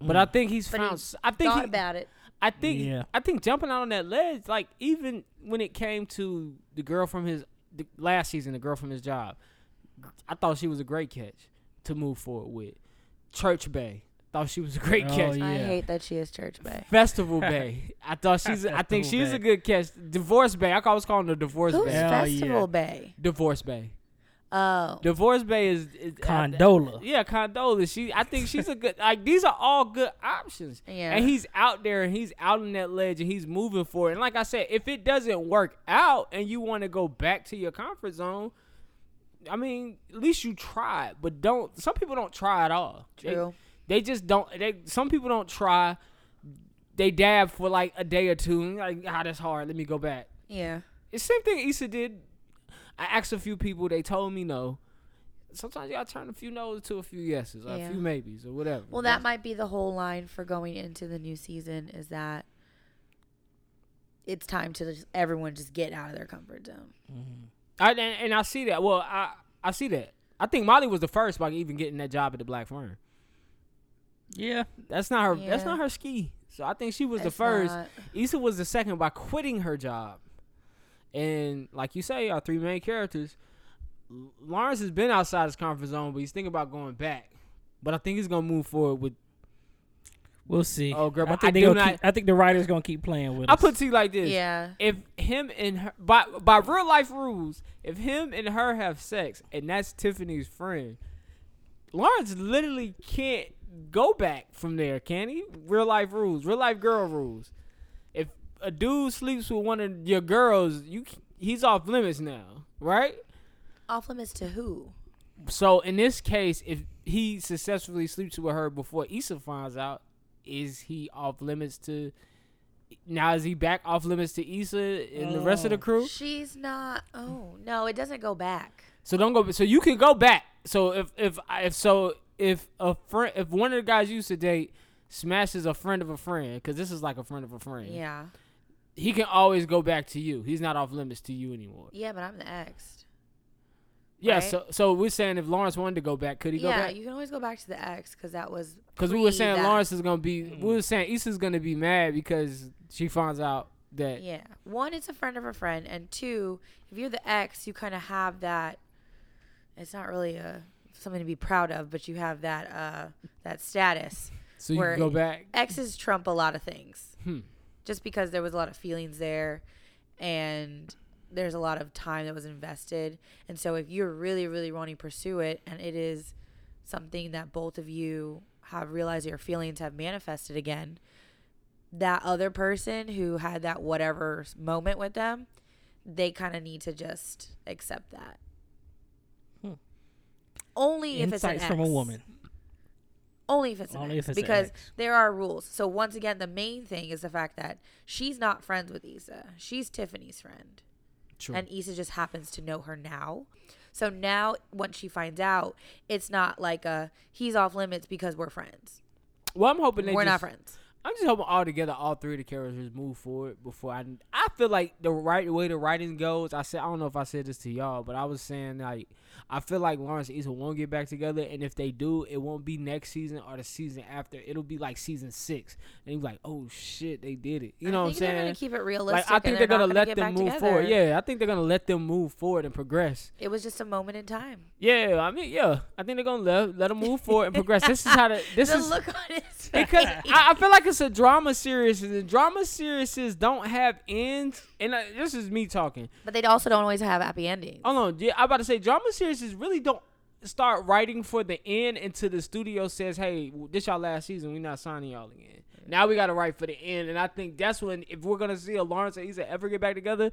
S6: But I think he's
S4: But he
S6: found. s- I think.
S4: Thought
S6: He,
S4: about it.
S6: I think.
S5: Mm. Yeah.
S6: I think jumping out on that ledge, like even when it came to the girl from his the last season, the girl from his job, I thought she was a great catch to move forward with. Church Bay, thought she was a great
S5: Oh,
S6: catch.
S5: yeah.
S4: I hate that she is church bay.
S6: Festival Bay, I thought she's. I think
S5: Festival
S6: she's
S5: Bay.
S6: a good catch. Divorce Bay, I always call her Divorce
S4: Who's
S6: Bay.
S5: Hell
S4: Festival
S5: yeah.
S4: Bay?
S6: Divorce Bay.
S4: Oh,
S6: Divorce Bay is, is uh,
S5: Condola.
S6: yeah, Condola. She, I think she's a good. Like these are all good options.
S4: Yeah.
S6: And he's out there and he's out on that ledge and he's moving forward. And like I said, if it doesn't work out and you want to go back to your comfort zone, I mean, at least you tried. But don't. Some people don't try at all. They-
S4: True.
S6: They, just don't. They some people don't try. They dab for like a day or two. And like, ah, that's hard. Let me go back.
S4: yeah.
S6: It's same thing Issa did. I asked a few people, they told me no. Sometimes y'all turn a few no's to a few yeses or
S4: Yeah.
S6: a few maybes or whatever.
S4: Well, that might be the whole line for going into the new season is that it's time to just, everyone just get out of their comfort zone.
S6: I, and, and I see that. Well, I I see that. I think Molly was the first by even getting that job at the Black Fern.
S5: Yeah.
S6: That's not her. That's
S4: Yeah.
S6: not her ski. So I think she was the
S4: It's
S6: first.
S4: not-
S6: Issa was the second by quitting her job. And like you say, our three main characters, L- Lawrence has been outside his comfort zone, but he's thinking about going back. But I think he's gonna move forward with
S5: We'll see.
S6: Oh, girl,
S5: I
S6: but
S5: think
S6: I
S5: they
S6: do
S5: gonna
S6: not-
S5: keep- I think the writer's gonna keep playing with.
S6: I
S5: us.
S6: put it to you like this.
S4: Yeah.
S6: If him and her, by by real life rules, if him and her have sex and that's Tiffany's friend, Lawrence literally can't go back from there, can he? Real life rules, real life girl rules. If a dude sleeps with one of your girls, you c- he's off limits now, right?
S4: Off limits to who?
S6: So in this case, if he successfully sleeps with her before Issa finds out, is he off limits to? Now is he back off limits to Issa and the rest of the
S5: Oh.
S6: crew?
S4: She's not. Oh no, it doesn't go back.
S6: So don't go. So you can go back. So if if if so if a friend if one of the guys you used to date smashes a friend of a friend because this is like a friend of a friend.
S4: Yeah.
S6: He can always go back to you. He's not off limits to you anymore.
S4: Yeah, but I'm the ex.
S6: Yeah,
S4: right?
S6: so so we're saying if Lawrence wanted to go back, could he go
S4: yeah,
S6: back?
S4: you can always go back to the ex because that was
S6: Because we were
S4: pre
S6: saying
S4: that.
S6: Lawrence is gonna be, we were saying Issa's gonna be mad because she finds out that
S4: Yeah, one, it's a friend of a friend, and two, if you're the ex, you kind of have that. It's not really a something to be proud of, but you have that uh that status.
S6: so you
S4: Where-
S6: can go back.
S4: Exes trump a lot of things,
S6: Hmm.
S4: just because there was a lot of feelings there, and there's a lot of time that was invested, and so if you're really, really wanting to pursue it, and it is something that both of you have realized your feelings have manifested again, that other person who had that whatever s- moment with them, they kind of need to just accept that.
S5: Hmm.
S4: Only if it's an
S5: Insights from a
S4: ex.
S5: woman.
S4: Only if it's an
S5: Only
S4: ex,
S5: if it's an
S4: because
S5: ex.
S4: there are rules. So once again, the main thing is the fact that she's not friends with Issa. She's Tiffany's friend,
S6: True.
S4: and Issa just happens to know her now. So now, once she finds out, it's not like a he's off limits because we're friends.
S6: well, I'm hoping they
S4: we're not
S6: just-
S4: friends.
S6: I'm just hoping all together, all three of the characters move forward before I. I feel like the right way the writing goes. I said I don't know if I said this to y'all, but I was saying like I feel like Lawrence and Issa won't get back together, and if they do, it won't be next season or the season after. It'll be like season six, and you're like, oh shit, they did it. You know
S4: I
S6: what I'm
S4: think
S6: saying?
S4: They're gonna keep it
S6: like
S4: realistic.
S6: I think they're
S4: gonna
S6: gonna let them move forward. Yeah, I think they're gonna let them move forward and progress.
S4: It was just a moment in time.
S6: Yeah, I mean, yeah, I think they're gonna let let them move forward and progress. This is how the, this
S4: the
S6: is
S4: look on his face.
S6: because I, I feel like it's a drama series, and the drama series don't have ends. And I, this is me talking.
S4: but they also don't always have happy endings.
S6: Hold on, yeah, I'm about to say drama series really don't start writing for the end until the studio says, "Hey, w- this y'all last season. We're not signing y'all again." Now we got to write for the end, and I think that's when if we're gonna see a Lawrence and Issa ever get back together,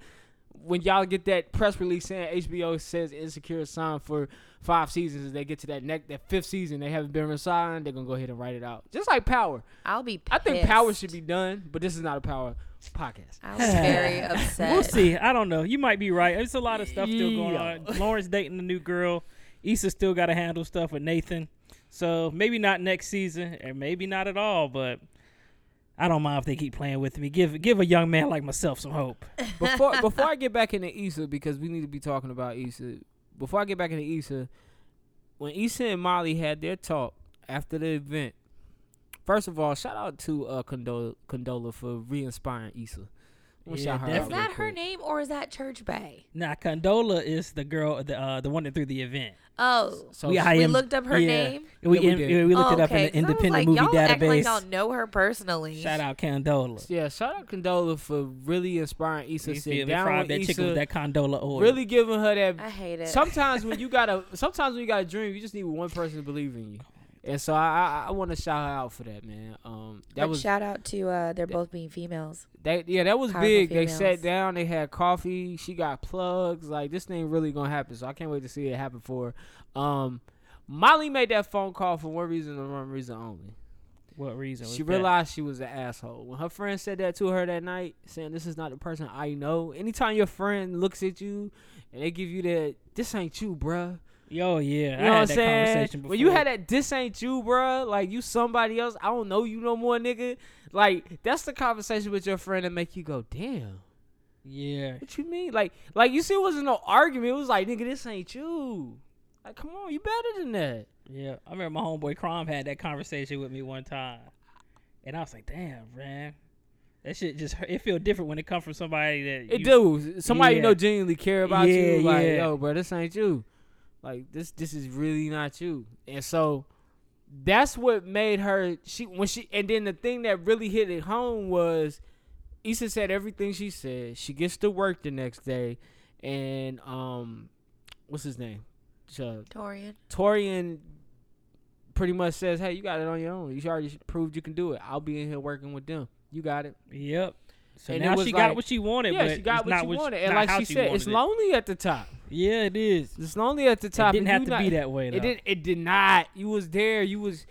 S6: when y'all get that press release saying HBO says Insecure signed for five seasons, and they get to that neck that fifth season, they haven't been signed. They're gonna go ahead and write it out, just like Power.
S4: I'll be. Pissed.
S6: I think Power should be done, but this is not a Power podcast.
S4: I was very upset.
S5: We'll see. I don't know. You might be right. There's a lot of stuff still going
S6: Yeah.
S5: on. Lawrence dating the new girl. Issa still got to handle stuff with Nathan. So maybe not next season, or maybe not at all. But I don't mind if they keep playing with me. Give give a young man like myself some hope.
S6: before before I get back into Issa because we need to be talking about Issa. Before I get back into Issa, when Issa and Molly had their talk after the event, first of all, shout out to uh, Condola, Condola for re-inspiring Issa. I'm gonna
S5: Yeah,
S6: shout her out
S5: definitely.
S4: Is
S6: real
S4: that her
S6: quick.
S4: name or is that Church Bay?
S5: Now Condola is the girl, the uh, the one that threw the event.
S4: Oh,
S6: So
S5: I
S4: we looked up her
S5: yeah.
S4: name?
S5: We,
S6: Yeah, we
S5: in-
S6: did.
S5: yeah, we looked
S4: Oh,
S5: it up
S4: okay,
S5: in the
S4: 'cause I was
S5: independent
S4: like,
S5: movie
S4: y'all Act like
S5: database.
S4: y'all know her personally.
S5: Shout out Condola.
S6: yeah, shout out Condola for really inspiring Issa.
S5: You feel
S6: Sit
S5: me?
S6: down
S5: Fried
S6: with
S5: that chicken with
S6: Issa,
S5: that Condola oil.
S6: really giving her that
S4: I hate it.
S6: sometimes when you got a sometimes when you got a dream, you just need one person to believe in you. And so I I, I want to shout her out for that, man. Um, that
S4: but
S6: was
S4: shout out to uh, they're both being females.
S6: They yeah, that was
S4: Powerful
S6: big. They
S4: females.
S6: sat down. They had coffee. She got plugs. Like this thing really gonna happen. So I can't wait to see it happen for her. Um, Molly made that phone call for one reason and one reason only.
S5: What reason? was
S6: she
S5: that?
S6: realized she was an asshole when her friend said that to her that night, saying, "This is not the person I know." Anytime your friend looks at you and they give you that, "This ain't you, bruh."
S5: Yo, Oh, yeah.
S6: You know
S5: I
S6: what
S5: had
S6: I'm
S5: that
S6: saying?
S5: conversation before.
S6: When you had that this ain't you, bruh, like you somebody else, I don't know you no more, nigga. Like that's the conversation with your friend that make you go, damn.
S5: Yeah.
S6: What you mean? Like, like you see, it wasn't no argument. It was like, nigga, this ain't you. Like, come on, you better than that.
S5: Yeah, I remember my homeboy Crom had that conversation with me one time, and I was like, "Damn, man, that shit just hurt. it feel different when it comes from somebody that
S6: It
S5: you-
S6: do. Somebody you know
S5: Yeah.
S6: genuinely care about you.
S5: Yeah,
S6: Like,
S5: yeah.
S6: yo, bro, this ain't you. Like, this, this is really not you. And so, that's what made her. She when she and then the thing that really hit it home was, Issa said everything she said. She gets to work the next day, and um, what's his name? Uh,
S4: Torian.
S6: Torian pretty much says, "Hey, you got it on your own. You already proved you can do it. I'll be in here working with them. You got it.
S5: Yep. So
S6: And it
S5: now
S6: was
S5: she
S6: like-
S5: got what she wanted,
S6: yeah,
S5: but
S6: she got
S5: it's
S6: what
S5: not
S6: she
S5: what
S6: wanted. And
S5: not
S6: like
S5: how
S6: she said, it's
S5: wanted it.
S6: lonely at the top.
S5: Yeah, it is.
S6: It's lonely at the top.
S5: It didn't
S6: and
S5: have
S6: you
S5: to
S6: not-
S5: be that way. Though.
S6: It did. It did not. You was there. You was."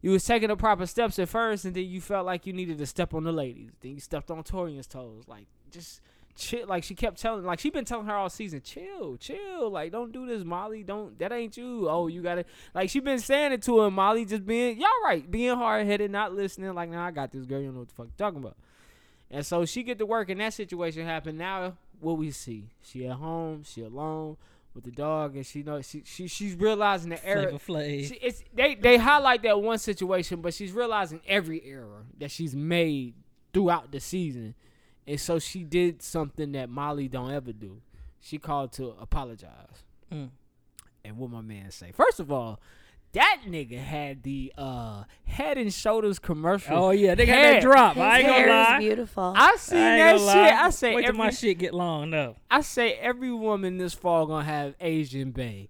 S6: You was taking the proper steps at first, and then you felt like you needed to step on the ladies. Then you stepped on Torian's toes. Like, just chill. Like she kept telling, like she been telling her all season, chill, chill. Like, don't do this, Molly. Don't. That ain't you. Oh, you got to like she been saying it to him, Molly just being y'all right, being hard headed, not listening. Like, nah, I got this girl. You don't know what the fuck you talking about. And so she get to work, and that situation happened. Now what we see? She at home. She alone. with the dog, and she know she, she she's realizing the
S5: Flavor
S6: error.
S5: Flav.
S6: She, it's they they highlight that one situation, but she's realizing every error that she's made throughout the season, and so she did something that Molly don't ever do. She called to apologize.
S5: Mm.
S6: And what my man say? First of all, that nigga had the uh head and shoulders commercial.
S5: Oh yeah, they got that
S6: hair.
S5: drop.
S4: His
S5: I ain't
S4: hair
S5: gonna
S4: is
S5: lie.
S4: beautiful.
S6: I seen
S5: I
S6: that
S5: ain't
S6: shit.
S5: gonna lie.
S6: I say
S5: Wait till my
S6: every
S5: shit get long though.
S6: I say every woman this fall gonna have Asian bae.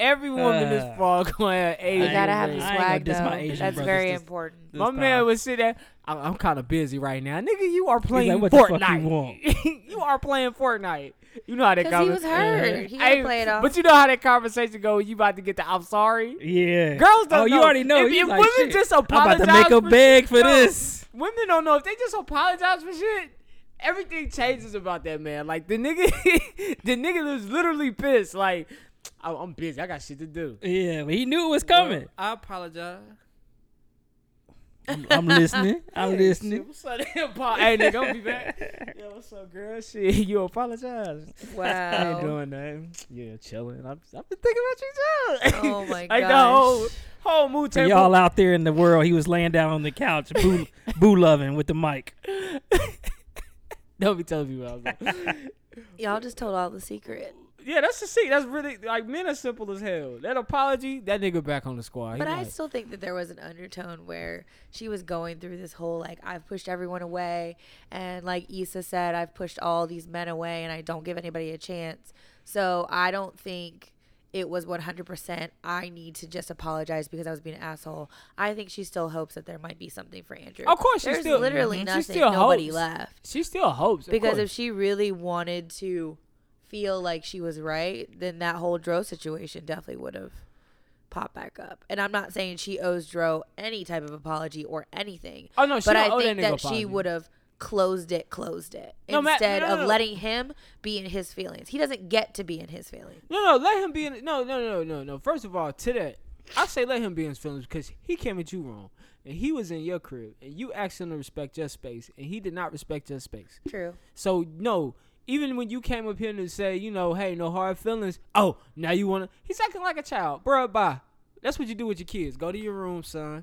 S6: every woman
S5: Uh,
S6: this fall gonna have
S4: you
S6: Asian.
S5: I
S4: gotta
S5: ain't
S4: have
S5: gonna-
S4: the
S5: I ain't gonna
S4: swag
S5: diss my
S4: though.
S5: Asian
S4: That's
S5: brothers
S4: very
S5: this-
S4: important.
S5: this
S6: My man
S5: time.
S6: would sit there. I'm, I'm kind of busy right now, nigga. You are playing
S5: like, "What the fuck you
S6: Fortnite. You are playing Fortnite. You know how that
S4: Because he was
S6: conversation.
S4: hurt. He didn't play it off.
S6: But you know how that conversation go. when You about to get the I'm sorry.
S5: Yeah.
S6: Girls don't
S5: Oh, you
S6: know.
S5: already know.
S6: If-
S5: You
S6: if
S5: like,
S6: women
S5: shit,
S6: just
S5: I'm about to
S6: apologize
S5: make
S6: for
S5: a beg for
S6: No.
S5: this.
S6: Women don't know if they just apologize for shit. Everything changes about that man. Like the nigga, the nigga was literally pissed. Like I'm I'm busy. I got shit to do.
S5: Yeah, but he knew it was coming.
S6: I apologize.
S5: I'm, I'm listening. I'm
S6: Shit,
S5: listening.
S6: what's up? hey nigga, I'll be back. Yo, what's up, girl? Shit, you apologize. I ain't
S4: wow.
S6: doing nothing. Yeah, chilling. I've, I've been thinking about you too.
S4: Oh my
S6: like the
S4: gosh.
S6: whole whole mood.
S5: For
S6: table.
S5: y'all out there in the world, he was laying down on the couch, boo, boo loving with the mic.
S6: Don't be telling people. I was like,
S4: Y'all just told all the secret.
S6: yeah, that's the seat. That's really like men are simple as hell. That apology, that nigga back on the squad. He
S4: But I
S6: like-
S4: still think that there was an undertone where she was going through this whole like I've pushed everyone away and like Issa said I've pushed all these men away and I don't give anybody a chance. So I don't think it was 100% I need to just apologize because I was being an asshole. I think she still hopes that there might be something for Andrew.
S6: Of course, she
S4: There's
S6: still-
S4: literally
S6: mhm. She
S4: nothing
S6: still
S4: nobody
S6: hopes.
S4: left.
S6: She still hopes of
S4: Because if
S6: course.
S4: she really wanted to feel like she was right, then that whole Dro situation definitely would have popped back up. And I'm not saying she owes Dro any type of apology or anything.
S6: Oh, no, she
S4: but
S6: don't
S4: I
S6: owe that
S4: think
S6: nigga
S4: that
S6: apology.
S4: she would have closed it, closed it
S6: No, ma-
S4: instead
S6: no, no, no.
S4: of letting him be in his feelings. He doesn't get to be in his feelings.
S6: no, no, let him be in. No, no, no, no, no. First of all, to that, I say let him be in his feelings because he came at you wrong, and he was in your crib, and you asked him to respect your space, and he did not respect your space.
S4: True.
S6: So no, even when you came up here and say, you know, hey, no hard feelings. Oh, now you wanna? He's acting like a child, bro. Bye. That's what you do with your kids. Go to your room, son.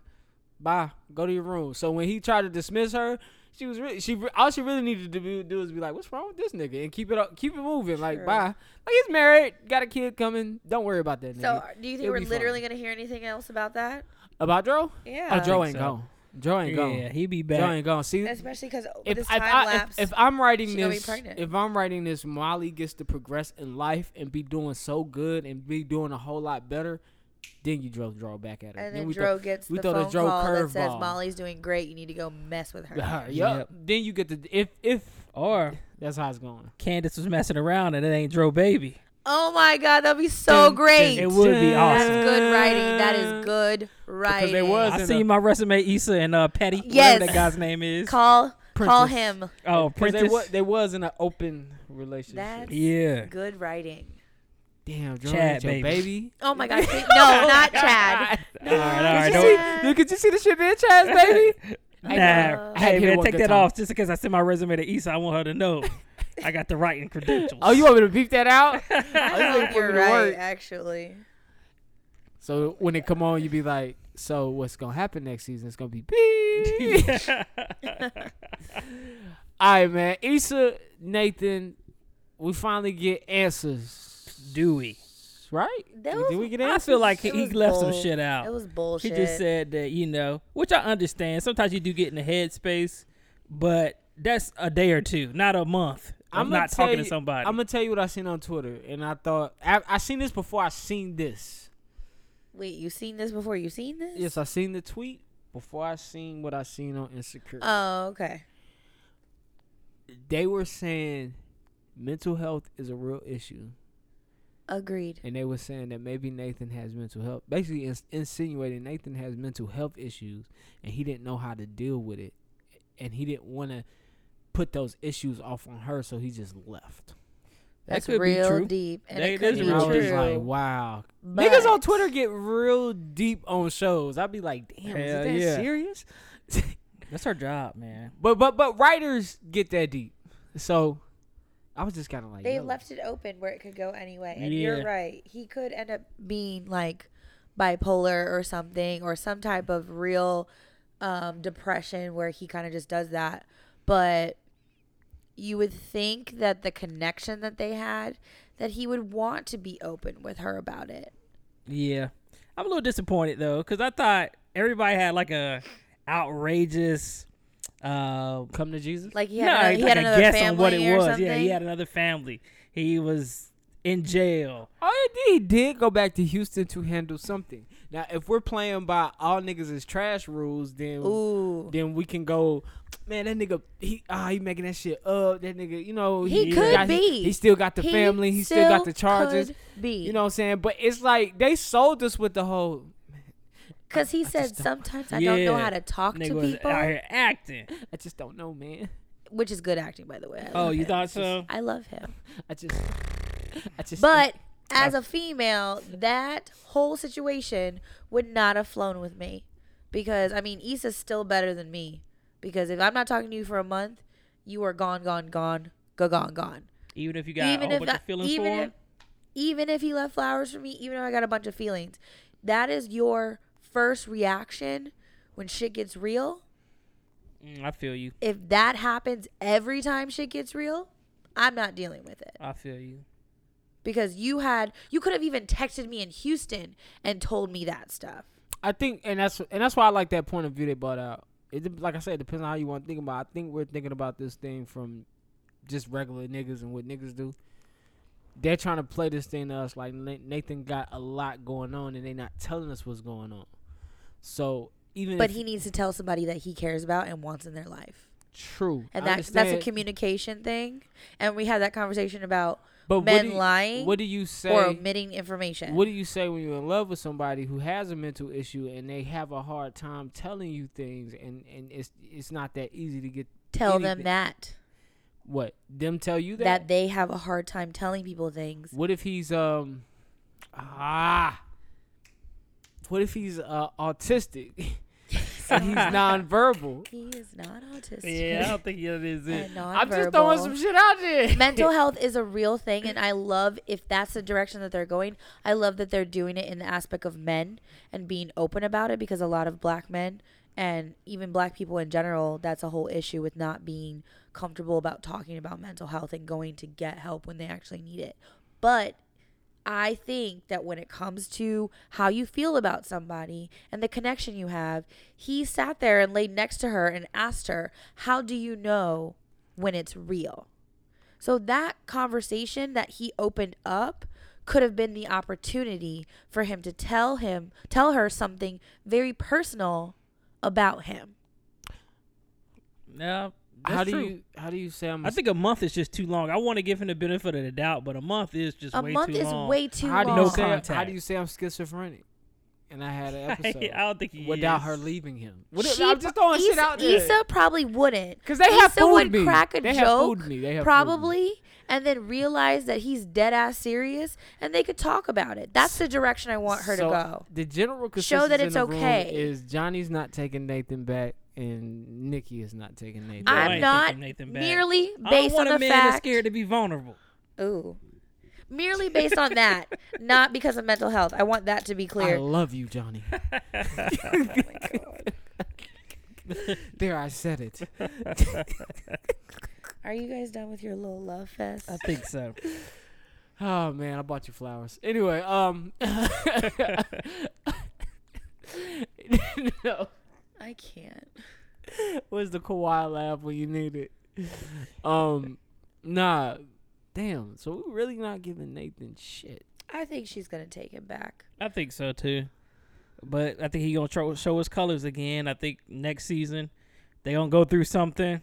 S6: Bye. Go to your room. So when he tried to dismiss her, she was really, she re- all she really needed to do, do is be like, what's wrong with this nigga, and keep it up, keep it moving. Like
S4: True.
S6: bye. Like he's married, got a kid coming. Don't worry about that. Nigga.
S4: So, uh, do you think
S6: It'll
S4: we're
S6: be fine.
S4: literally going to hear anything else about that?
S6: about Dro?
S4: Yeah.
S6: oh, Dro ain't
S5: so.
S6: gone. Dro ain't
S5: Yeah,
S6: gone.
S5: he be
S6: Dro
S5: back.
S6: ain't gone. See,
S4: Especially because
S6: if,
S4: this
S6: I-
S4: time
S6: I,
S4: lapse.
S6: if, if I'm writing
S4: she gonna be
S6: this,
S4: pregnant.
S6: if I'm writing this, Molly gets to progress in life and be doing so good and be doing a whole lot better. Then you draw draw back at her.
S4: and then
S6: we
S4: Dro
S6: throw-
S4: gets
S6: we
S4: the
S6: throw
S4: phone
S6: Dro
S4: call that says
S6: curveball.
S4: Molly's doing great. You need to go mess with her.
S6: Her,
S5: Yep.
S6: yep. Then you get the if if
S5: Or
S6: that's how it's going.
S5: Candace was messing around and it ain't Dro Baby.
S4: Oh my God, that'd be so great.
S5: It would be
S4: That's
S5: awesome.
S4: good writing. That is good writing.
S6: they was-
S5: I
S6: in
S5: seen
S6: a-
S5: my resume, Issa and uh, Petty.
S4: Yes.
S5: Whatever that guy's name is.
S4: Call call
S6: Prentice.
S4: him.
S5: oh,
S6: 'Cause
S5: Prentice.
S6: They was they was in an open relationship.
S4: That's
S5: yeah.
S4: good writing.
S6: Damn, Dro
S5: Chad,
S6: ain't your
S5: baby.
S6: baby.
S4: Oh my God. see- No, not Chad.
S5: All right, all right.
S6: Did
S5: Don't,
S6: you, see, dude, could you see the shit being Chad's baby?
S5: Nah,
S4: I
S6: had
S5: hey
S6: to hit
S5: man,
S6: one
S5: take
S6: good
S5: that
S6: time.
S5: off just because I sent my resume to Issa. I want her to know I got the writing credentials.
S6: Oh, you want me to beep that out? I was
S4: I
S6: looking
S4: think
S6: for
S4: you're
S6: me to
S4: right,
S6: work.
S4: actually.
S6: So when it come on, you be like, so what's gonna happen next season? It's gonna be beep. All right, man. Issa, Nathan, we finally get answers,
S5: Dewey.
S6: right?
S4: That
S6: Did
S4: was-
S6: we get
S5: I
S6: answers?
S5: feel like he,
S4: It
S5: he
S4: was
S5: left some
S4: bull-
S5: shit out.
S4: It was bullshit.
S5: He just said that, you know, which I understand. Sometimes you do get in the headspace, but that's a day or two, not a month. I'm
S6: I'ma
S5: not
S6: tell
S5: talking to
S6: you-
S5: somebody.
S6: I'm gonna tell you what I seen on Twitter, and I thought I, I seen this before. I seen this.
S4: Wait, you seen this before? You seen this?
S6: Yes, I seen the tweet before I seen what I seen on Insecure.
S4: Oh, okay.
S6: they were saying mental health is a real issue.
S4: Agreed.
S6: and they were saying that maybe Nathan has mental health, basically ins- insinuating Nathan has mental health issues, and he didn't know how to deal with it, and he didn't want to put those issues off on her, so he just left.
S4: That's
S5: could be
S4: real
S5: true.
S4: deep. And
S5: That
S4: it could
S5: is
S4: be
S6: and I
S5: real
S4: true.
S5: deep.
S6: was like, wow,
S4: but-
S6: niggas on Twitter get real deep on shows. I'd be like, damn, is it
S5: Hell
S6: that
S5: yeah.
S6: serious?
S5: that's her job, man.
S6: But but but writers get that deep, so I was just kind of like
S4: They
S6: yo.
S4: left it open where it could go anyway. And
S5: Yeah.
S4: you're right. He could end up being like bipolar or something or some type of real um, depression where he kind of just does that. But you would think that the connection that they had that he would want to be open with her about it.
S5: Yeah, I'm a little disappointed though, because I thought everybody had like a outrageous. Uh,
S6: come to Jesus.
S4: Like he had,
S5: yeah,
S4: another, he
S5: like
S4: had
S5: a
S4: another
S5: guess
S4: family
S5: on what it
S4: or
S5: was.
S4: something.
S5: Yeah, he had another family. He was in jail.
S6: Oh, yeah, he did go back to Houston to handle something. Now, if we're playing by all niggas is trash rules, then
S4: Ooh.
S6: then we can go. Man, that nigga, he ah, he making that shit up. That nigga, you know,
S4: He
S5: could
S6: got-
S4: be.
S6: He still got the
S4: He
S6: family. He still got the charges.
S4: could be.
S6: You know what I'm saying? But it's like they sold us with the whole.
S4: Because he said
S6: just don't-
S4: sometimes I don't know
S5: Yeah.
S4: how to talk
S5: Nigga
S4: to
S5: was
S4: people,
S5: out here acting.
S6: I just don't know, man.
S4: which is good acting, by the way. I
S5: Oh,
S4: love
S5: you
S4: him.
S5: thought so?
S4: I love him.
S6: I just, I just.
S4: But as a female, that whole situation would not have flown with me. Because, I mean, Issa's still better than me. Because if I'm not talking to you for a month, you are gone, gone, gone, go, gone, gone.
S5: Even if you got a whole bunch
S4: I-
S5: of feelings
S4: even
S5: for
S4: if,
S5: him.
S4: even if he left flowers for me, even if I got a bunch of feelings, that is your first reaction when shit gets real.
S5: Mm, I feel you.
S4: If that happens every time shit gets real, I'm not dealing with it
S5: I feel you.
S4: because you had you could have even texted me in Houston and told me that stuff.
S6: I think, and that's and that's why I like that point of view they brought out. It dep- like I said, it depends on how you want to think about. it. I think we're thinking about this thing from just regular niggas and what niggas do. They're trying to play this thing to us like Na- Nathan got a lot going on and they not telling us what's going on. So even
S4: But
S6: if
S4: he needs to tell somebody that he cares about and wants in their life.
S6: true,
S4: And that
S6: I
S4: that's a
S6: understand.
S4: communication thing. And we had that conversation about
S6: But what
S4: men
S6: do you-
S4: lying
S6: What do you say?
S4: or omitting information.
S6: What do you say when you're in love with somebody who has a mental issue and they have a hard time telling you things and and it's it's not that easy to get
S4: tell them
S6: anything-
S4: that
S6: what them tell you that
S4: that they have a hard time telling people things.
S6: What if he's um ah? What if he's uh, autistic? and he's nonverbal.
S4: He is not autistic.
S5: Yeah, I don't think that is it.
S4: and
S6: I'm just throwing
S4: nonverbal.
S6: some shit out there.
S4: Mental health is a real thing, and I love if that's the direction that they're going. I love that they're doing it in the aspect of men and being open about it because a lot of black men and even black people in general, that's a whole issue with not being comfortable about talking about mental health and going to get help when they actually need it. But I think that when it comes to how you feel about somebody and the connection you have, he sat there and laid next to her and asked her, How do you know when it's real? So that conversation that he opened up could have been the opportunity for him to tell him, tell her something very personal about him.
S5: No, that's
S6: How do
S5: true.
S6: you how do you say I'm?
S5: I think a month is just too long. I want to give him the benefit of the doubt, but a month is just
S4: A
S5: way
S4: month
S5: too
S4: is
S5: long.
S4: way too
S6: how do
S4: long.
S6: you
S5: No
S6: say how
S5: contact.
S6: do you say I'm schizophrenic? And I had an
S5: I
S6: episode
S5: don't think he
S6: without
S5: is.
S6: her leaving him. What if,
S4: She
S6: I'm just throwing shit
S4: Issa-
S6: out there.
S4: Issa probably wouldn't.
S6: 'Cause they have
S4: Issa
S6: fooled
S4: would
S6: me.
S4: crack a
S6: They have
S4: joke,
S6: fooled me. They have fooled me.
S4: probably, and then realize that he's dead ass serious, and they could talk about it. That's the direction I want her
S6: So,
S4: to go.
S6: The general consensus
S4: Show that
S6: in
S4: it's
S6: the room
S4: okay.
S6: is Johnny's not taking Nathan back and Nikki is not taking Nathan.
S5: I
S6: back.
S5: ain't
S4: I'm
S5: taking
S4: not
S5: Nathan back.
S4: merely
S5: I don't
S4: based
S5: want
S4: on the
S5: a man that's
S4: fact.
S5: scared to be vulnerable.
S4: Ooh. Merely based on that, not because of mental health. I want that to be
S6: I
S4: clear.
S6: love you, Johnny.
S4: Oh
S6: there, I said it.
S4: Are you guys done with your little love fest?
S5: I think so.
S6: Oh man, I bought you flowers. Anyway, um, no,
S4: I can't.
S6: was the Kawhi laugh when you need it? Um, nah, damn. So we really not giving Nathan shit.
S4: I think she's gonna take it back.
S5: I think so too. But I think he gonna tro- show his colors again. I think next season they gonna go through something,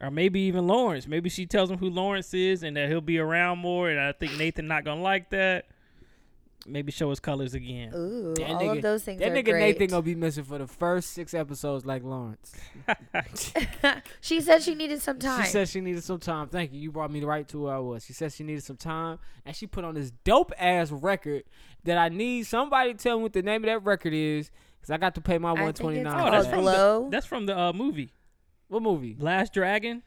S5: or maybe even Lawrence. Maybe she tells him who Lawrence is and that he'll be around more. And I think Nathan not gonna like that. Maybe show his colors again.
S4: Ooh,
S6: That
S4: all
S6: nigga-
S4: of those things
S6: That
S4: are
S6: nigga
S4: great.
S6: Nathan gonna be missing for the first six episodes, like Lawrence.
S4: Oh.
S5: Oh,
S4: she said she needed some time.
S6: She said she needed some time. Thank you. You brought me right to where I was. She said she needed some time, and she put on this dope ass record that I need somebody to tell me what the name of that record is, cause I got to pay my
S4: think
S6: one
S4: it's
S6: twenty
S5: Oh,
S6: nine.
S5: that's
S4: Oh,
S5: from
S4: Glow?
S5: the, that's from the uh, movie
S6: What movie?
S5: Last Dragon.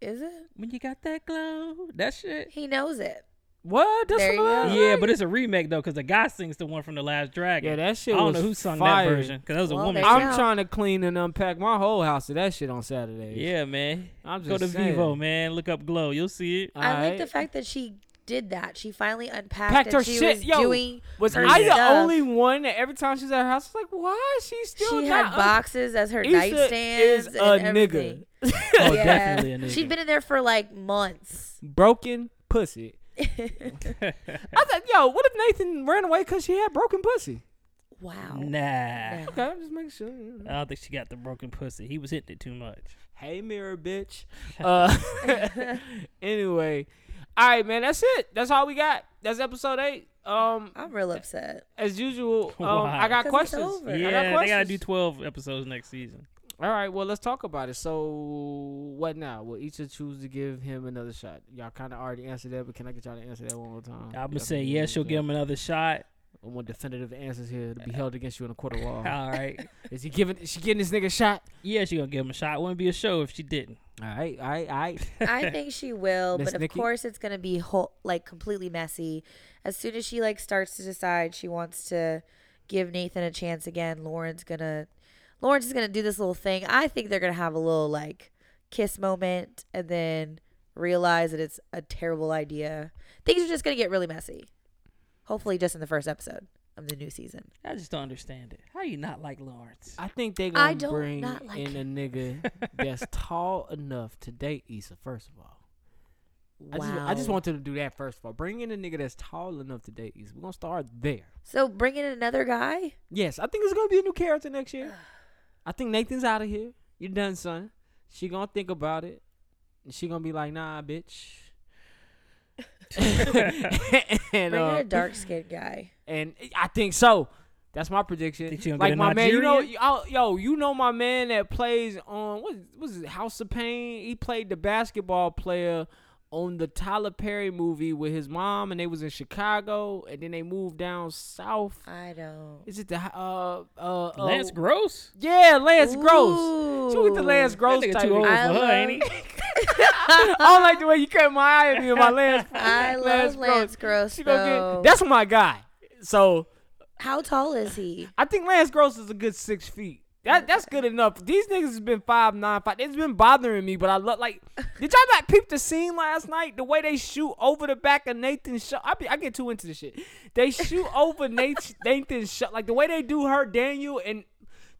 S4: Is it?
S5: When you got that glow, that shit.
S4: He knows it.
S6: What? That's
S4: There
S6: from the
S4: you
S6: last
S4: go.
S5: Yeah, but it's a remake though, because the guy sings the one from the Last Dragon.
S6: Yeah, that shit
S5: I don't
S6: was
S5: know who sung
S6: fire.
S5: that version, because that was a
S4: Well,
S5: woman.
S4: there you
S5: singing.
S6: I'm
S4: Yeah.
S6: trying to clean and unpack my whole house of that shit on Saturday.
S5: Yeah, man.
S6: I'm
S5: Go
S6: just
S5: to
S6: saying.
S5: Vivo, man. Look up Glow. You'll see it.
S4: I like
S6: Alright.
S4: the fact that she did that. She finally unpacked
S6: packed
S4: and
S6: her
S4: she
S6: shit.
S4: was
S6: Yo,
S4: doing
S6: was
S4: her
S6: I the
S4: stuff.
S6: only one that every time she's at her house, I was like, why is she still
S4: she
S6: not?
S4: had
S6: un-
S4: boxes as her
S6: Issa
S4: nightstands
S6: is
S4: and
S6: a
S4: everything.
S6: nigga.
S5: Oh, definitely a nigga.
S4: She'd been in there for like months.
S6: broken pussy. I thought, yo, what if Nathan ran away because she had broken pussy?
S4: Wow.
S5: Nah.
S6: Okay, I'm just making sure. you know.
S5: I don't think she got the broken pussy. He was hitting it too much.
S6: Hey, mirror bitch. Uh, anyway, all right, man. That's it. That's all we got. That's episode eight. Um,
S4: I'm real upset.
S6: as usual, um,
S5: Why?
S6: I got
S4: 'Cause it's
S6: questions.
S4: over.
S6: I got
S5: Yeah, they gotta
S6: questions.
S5: do twelve episodes next season.
S6: All right, well, let's talk about it. So, what now? Will each of choose to give him another shot? Y'all kind of already answered that, but can I get y'all to answer that one more time?
S5: I'm gonna say yes. She'll give him another shot.
S6: I want definitive answers here to be held against you in a court of law.
S5: All right.
S6: Is he giving? Is she getting this nigga a shot?
S5: Yeah, she gonna give him a shot. Wouldn't be a show if she didn't.
S6: All right, all right, all right.
S4: I think she will,
S6: Miss
S4: but of
S6: Nikki?
S4: course it's gonna be whole, like completely messy. As soon as she like starts to decide she wants to give Nathan a chance again, Lauren's gonna Lauren's is gonna do this little thing. I think they're gonna have a little like kiss moment and then realize that it's a terrible idea. Things are just gonna get really messy. Hopefully, just in the first episode of the new season.
S5: I just don't understand it. How you not like Lawrence?
S6: I think they
S4: I
S6: gonna
S4: don't
S6: bring
S4: not like
S6: in a nigga that's tall enough to date Issa. First of all,
S4: Wow.
S6: I, just, I just want them to do that first of all. Bring in a nigga that's tall enough to date Issa. We're gonna start there.
S4: So bring in another guy.
S6: Yes, I think it's gonna be a new character next year. I think Nathan's out of here. You done, son. She gonna think about it. And she gonna be like, nah, bitch. and,
S4: Bring in
S6: uh,
S4: a dark skinned guy.
S6: and I think so. That's my prediction.
S5: Think she gonna
S6: like
S5: get a
S6: my man, you know,
S5: Nigerian?
S6: you- I- yo, you know my man that plays on what was it, House of Pain. He played the basketball player on the Tyler Perry movie with his mom, and they was in Chicago, and then they moved down south.
S4: I don't.
S6: Is it the uh uh, uh
S5: Oh. Lance Gross.
S6: Yeah, Lance Gross. She with the
S4: Ooh.
S6: Lance Gross
S5: that nigga
S6: type.
S5: too old for
S6: I,
S4: I
S5: her,
S4: love-
S5: ain't he?
S6: I don't like the way you cut my eye at me with my Lance.
S4: I love Lance Gross,
S6: She gonna
S4: though.
S6: get, that's my guy. So
S4: How tall is he?
S6: I think Lance Gross is a good six feet. That that's good enough. These niggas has been five nine five. It's been bothering me, but I love like. Did y'all not peep the scene last night? The way they shoot over the back of Nathan's shot. I be, I get too into this shit. They shoot over Nate, Nathan's shot. Like the way they do her Daniel and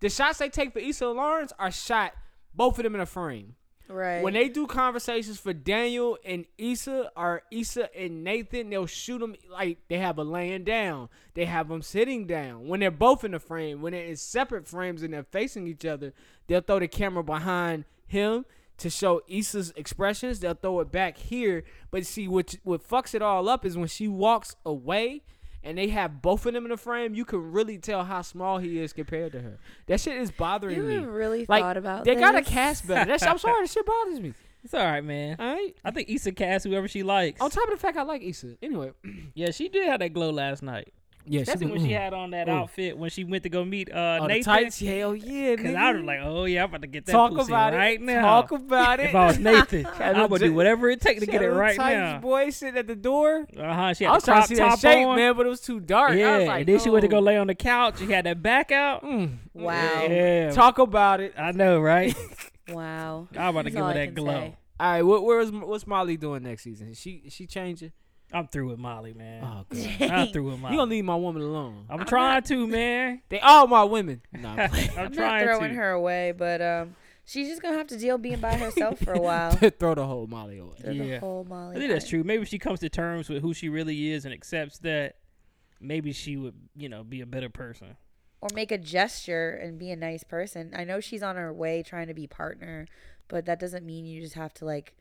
S6: the shots they take for Issa Lawrence are shot both of them in a frame.
S4: Right.
S6: When they do conversations for Daniel and Issa or Issa and Nathan, they'll shoot them like they have a laying down. They have them sitting down. When they're both in the frame, when they're in separate frames and they're facing each other, they'll throw the camera behind him to show Issa's expressions. They'll throw it back here. But see, what what fucks it all up is when she walks away. And they have both of them in the frame. You can really tell how small he is compared to her. That shit is bothering
S4: You
S6: me.
S4: really
S6: like
S4: thought about
S6: they gotta
S4: this?
S6: cast better. That shit, I'm sorry, that shit bothers me.
S5: It's all right, man.
S6: All right.
S5: I think Issa cast whoever she likes.
S6: On top of the fact, I like Issa. Anyway.
S5: yeah, she did have that glow last night.
S6: Yeah,
S5: Especially when she mm. had on that outfit when she went to go meet uh,
S6: Oh, the
S5: Nathan.
S6: tights. Hell yeah,
S5: Cause
S6: nigga.
S5: I was like, oh yeah, I'm about to get that
S6: talk
S5: pussy
S6: about
S5: right
S6: it.
S5: now.
S6: Talk about it.
S5: if I was Nathan,
S6: Had
S5: I
S6: a
S5: would
S6: ju-
S5: do whatever it takes to
S6: She
S5: get
S6: had
S5: it
S6: a
S5: right
S6: tights
S5: now.
S6: boy sitting at the door.
S5: Uh huh. She had
S6: I was
S5: the
S6: trying to
S5: crop
S6: see
S5: top
S6: that shape,
S5: on.
S6: man, but it was too dark.
S5: Yeah,
S6: I was like,
S5: and then she went to go
S6: no. Mm.
S5: lay on the couch. She had that back out.
S4: wow.
S5: Yeah,
S6: Talk about it.
S5: I know, right?
S4: Wow.
S5: I'm about to
S4: That's
S5: give
S4: all
S5: her
S4: I
S5: that
S4: can
S5: glow.
S4: say.
S6: All right, what, where is what's Molly doing next season? Is she is she changing?
S5: I'm through with Molly, man.
S6: Oh, God. you
S5: I'm through with Molly.
S6: gonna leave my woman alone?
S5: I'm, trying to, man.
S6: They all my women. Nah, I'm playing.
S5: I'm,
S4: I'm not
S5: trying
S4: throwing
S5: to.
S4: her away, but um, she's just gonna have to deal being by herself for a while.
S6: throw the whole Molly away.
S4: Through
S5: Yeah.
S4: The whole Molly.
S5: I think that's
S4: vibe.
S5: true. Maybe if she comes to terms with who she really is and accepts that, maybe she would, you know, be a better person.
S4: Or make a gesture and be a nice person. I know she's on her way trying to be partner, but that doesn't mean you just have to like.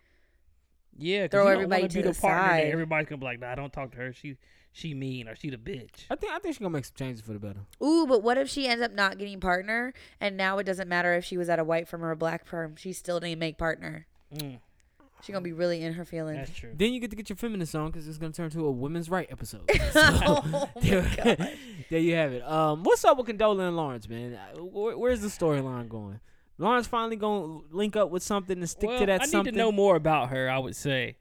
S5: Yeah, 'cause
S4: Throw
S5: you don't
S4: everybody
S5: wanna
S4: to
S5: be
S4: the
S5: the partner that
S4: side.
S5: Everybody's gonna be like, "Nah, don't talk to her. She, she mean or she the bitch."
S6: I think I think she's gonna make some changes for the better.
S4: Ooh, but what if she ends up not getting partner, and now it doesn't matter if she was at a white firm or a black firm, she still didn't make partner.
S5: Mm,
S4: She's gonna be really in her feelings.
S5: that's true.
S6: Then you get to get your feminist on because it's gonna turn to a women's right episode.
S4: oh
S6: there,
S4: my god.
S6: there you have it. Um, what's up with Condola and Lawrence, man? Uh, Where, where's the storyline going? Lauren's finally gonna link up with something and stick
S5: well,
S6: to that
S5: I need
S6: something.
S5: to know more about her. I would say,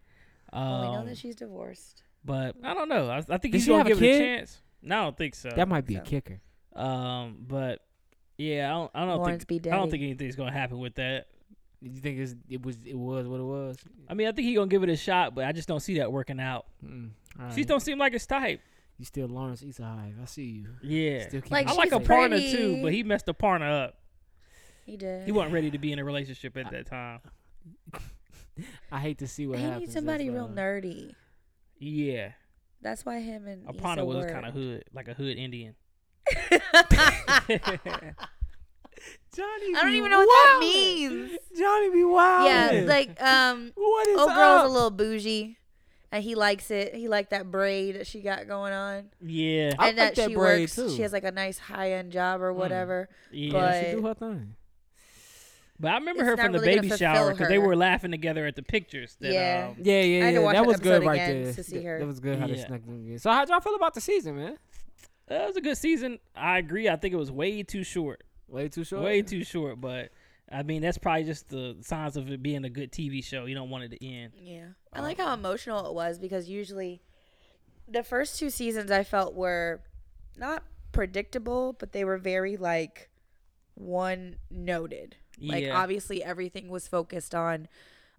S5: um,
S4: Well, we know that she's divorced.
S5: but I don't know. I, I think
S6: Does
S5: he's
S6: she
S5: gonna
S6: have a
S5: give it a
S6: kid?
S5: chance. No, I don't think so.
S6: that might be a
S4: So.
S6: kicker.
S5: um, but yeah, I don't. I don't
S4: Lawrence
S5: think.
S4: B.
S5: I don't
S4: Daddy.
S5: think anything's gonna happen with that.
S6: You think it's, it was it was what it was?
S5: I mean, I think he's gonna give it a shot, but I just don't see that working out.
S4: Hmm.
S6: Mm, all
S5: She
S6: right.
S5: don't seem like his type.
S6: you still Lawrence Hive. I see you.
S5: Yeah,
S6: Still keep
S4: Like,
S5: I
S6: it
S5: like
S4: she's
S5: a
S6: straight.
S5: partner
S4: pretty.
S5: too, but he messed a partner up.
S4: He did.
S5: He wasn't ready to be in a relationship at that time.
S6: I hate to see what
S4: he
S6: happens.
S4: needs
S6: That's uh,
S4: somebody real
S6: all.
S4: nerdy.
S5: Yeah,
S4: That's why him and
S5: a
S4: Issa
S5: partner was
S4: were.
S5: kind of hood, like a hood Indian.
S6: Johnny,
S4: I don't
S6: be
S4: even know what that
S6: wildin'.
S4: means.
S6: Johnny be wild.
S4: yeah, like um,
S6: what is
S4: old
S6: up?
S4: girl's a little bougie, and he likes it. He liked that braid that she got going on,
S5: Yeah,
S6: I
S4: and
S6: like that
S4: she
S6: braid,
S4: works.
S6: too. Mm.
S4: She has like a nice high end job or whatever.
S5: yeah.
S4: but-
S6: she do her thing.
S5: But I remember
S4: It's
S5: her
S4: not
S5: from the
S4: really gonna
S5: baby
S4: fulfill
S5: shower because they
S4: her.
S5: were laughing together at the pictures. That,
S4: Yeah.
S5: Um,
S6: Yeah, yeah,
S4: I had to
S6: yeah.
S4: watch
S6: That
S4: the
S6: was good
S4: episode
S6: right
S4: again
S6: there.
S4: to see
S6: Th-
S4: her.
S6: That was good how they
S5: Yeah.
S6: snuck them in. So how'd y'all feel about the season, man?
S5: it was a good season. I agree. I think it was way too short.
S6: Way too short.
S5: Way too short. But I mean, that's probably just the signs of it being a good TV show. You don't want it to end.
S4: Yeah, I like how emotional it was because usually, the first two seasons I felt were not predictable, but they were very like one noted. Like
S5: Yeah.
S4: obviously everything was focused on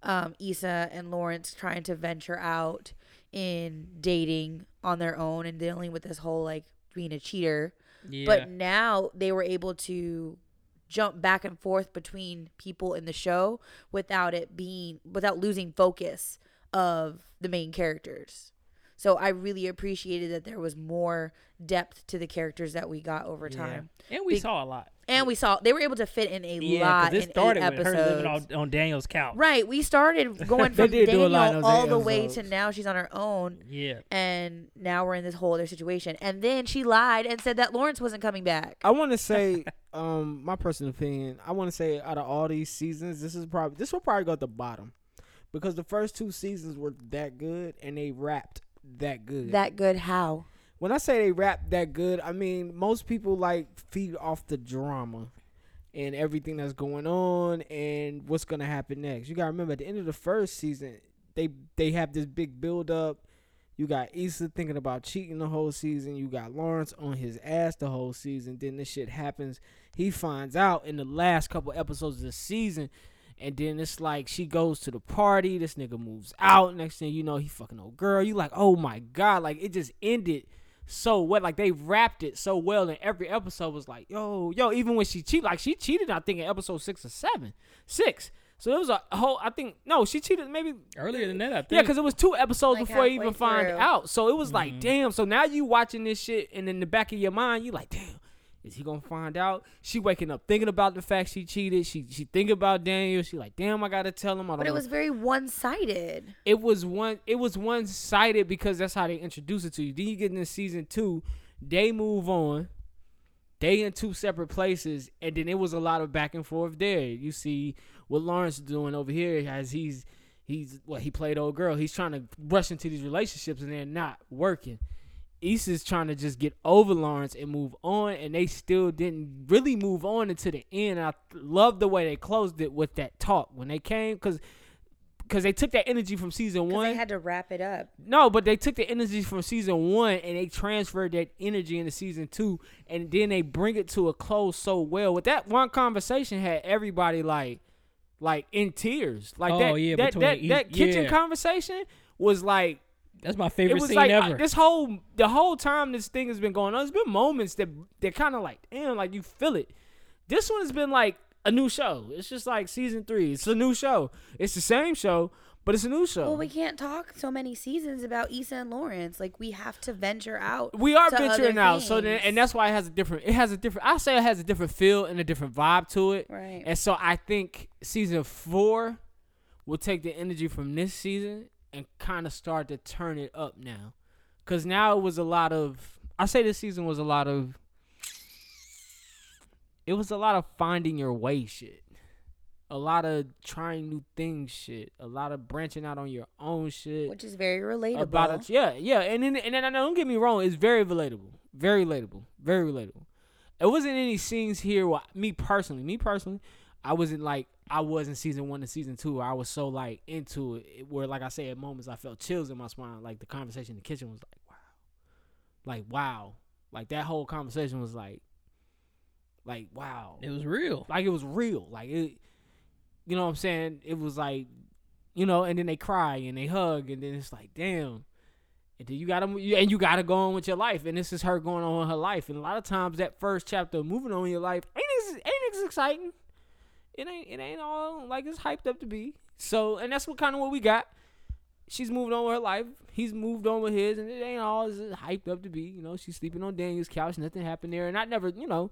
S4: um, Issa and Lawrence trying to venture out in dating on their own and dealing with this whole like being a cheater.
S5: Yeah.
S4: But now they were able to jump back and forth between people in the show without it being without losing focus of the main characters. So I really appreciated that there was more depth to the characters that we got over time.
S5: and we
S4: Be-
S5: saw a lot.
S4: And we saw they were able to fit in a
S5: Yeah,
S4: lot
S5: because
S4: in
S5: it started
S4: eight
S5: with
S4: episodes.
S5: her living on, on Daniel's couch.
S4: right, we started going from
S6: did do a
S4: Daniel
S6: lot in those
S4: all
S6: eight
S4: the way to
S6: episodes.
S4: now she's on her own
S5: Yeah.
S4: and now we're in this whole other situation. And then she lied and said that Lawrence wasn't coming back.
S6: I want to say, um, my personal opinion. I want to say, out of all these seasons, this is probably this will probably go at the bottom, because the first two seasons were that good and they wrapped that good.
S4: That good how?
S6: when I say they rap that good, I mean most people like feed off the drama and everything that's going on and what's gonna happen next. You gotta remember at the end of the first season, they they have this big build up. You got Issa thinking about cheating the whole season. You got Lawrence on his ass the whole season. Then this shit happens. He finds out in the last couple episodes of the season. And then it's like she goes to the party. This nigga moves out. Next thing you know, he fucking old girl. You like, oh my god! Like it just ended so well. Like they wrapped it so well, and every episode was like, yo, yo. Even when she cheated, like she cheated, I think in episode six or seven, six. So there was a whole. I think no, she cheated maybe
S5: Earlier than that, I think.
S6: yeah, because it was two episodes
S4: Like
S6: before you
S4: halfway
S6: even find
S4: through.
S6: out. So it was like, damn. So now you watching this shit, and in the back of your mind, you like, damn, is he gonna find out? She waking up thinking about the fact she cheated. She she think about Daniel. She like, damn, I gotta tell him. I don't.
S4: But it
S6: wanna-
S4: was very one sided.
S6: it was one it was one sided because that's how they introduce it to you. Then you get into season two, they move on, they in two separate places, and then it was a lot of back and forth there. You see what Lawrence is doing over here as he's he's well, he played old girl. He's trying to rush into these relationships and they're not working. Issa's trying to just get over Lawrence and move on, and they still didn't really move on until the end. And I love the way they closed it with that talk when they came because because they took that energy from season
S4: Because
S6: one.
S4: they had to wrap it up.
S6: no, but they took the energy from season one and they transferred that energy into season two, and then they bring it to a close so well. With that one conversation, had everybody like like in tears, like
S5: Oh,
S6: that
S5: yeah,
S6: that
S5: between
S6: that,
S5: each-
S6: that kitchen
S5: yeah.
S6: conversation was like
S5: That's my favorite
S6: it was
S5: scene
S6: like uh,
S5: ever.
S6: this whole the whole time this thing has been going on. There's been moments that they're kind of like damn, like you feel it. This one has been like a new show. It's just like season three. It's a new show. It's the same show, but it's a new show.
S4: Well, we can't talk so many seasons about Issa and Lawrence. Like we have to venture out.
S6: we are
S4: to other
S6: venturing out, so then,
S4: things.
S6: and that's why it has a different. It has a different. I say it has a different feel and a different vibe to it.
S4: Right.
S6: And so I think season four will take the energy from this season and kind of start to turn it up now, because now it was a lot of. I say this season was a lot of. It was a lot of finding your way shit, a lot of trying new things shit, a lot of branching out on your own shit
S4: which is very relatable.
S6: about it. Yeah, yeah, and then and then and don't get me wrong, it's very relatable, very relatable, very relatable. It wasn't any scenes here. Where, me personally, me personally, I wasn't like I was in season one and season two. I was so like into it, it- where like I say at moments I felt chills in my spine. Like the conversation in the kitchen was like wow, like wow, like that whole conversation was like, like wow,
S5: It was real.
S6: like it was real. Like it, you know what I'm saying? It was like, you know, and then they cry and they hug and then it's like damn. And then you gotta and you gotta go on with your life, and this is her going on with her life. And a lot of times that first chapter of moving on in your life ain't as, ain't as exciting it ain't it ain't all like it's hyped up to be. So and that's what kind of what we got. She's moved on with her life. He's moved on with his, and it ain't all as hyped up to be. You know, she's sleeping on Daniel's couch. Nothing happened there, and I never, you know,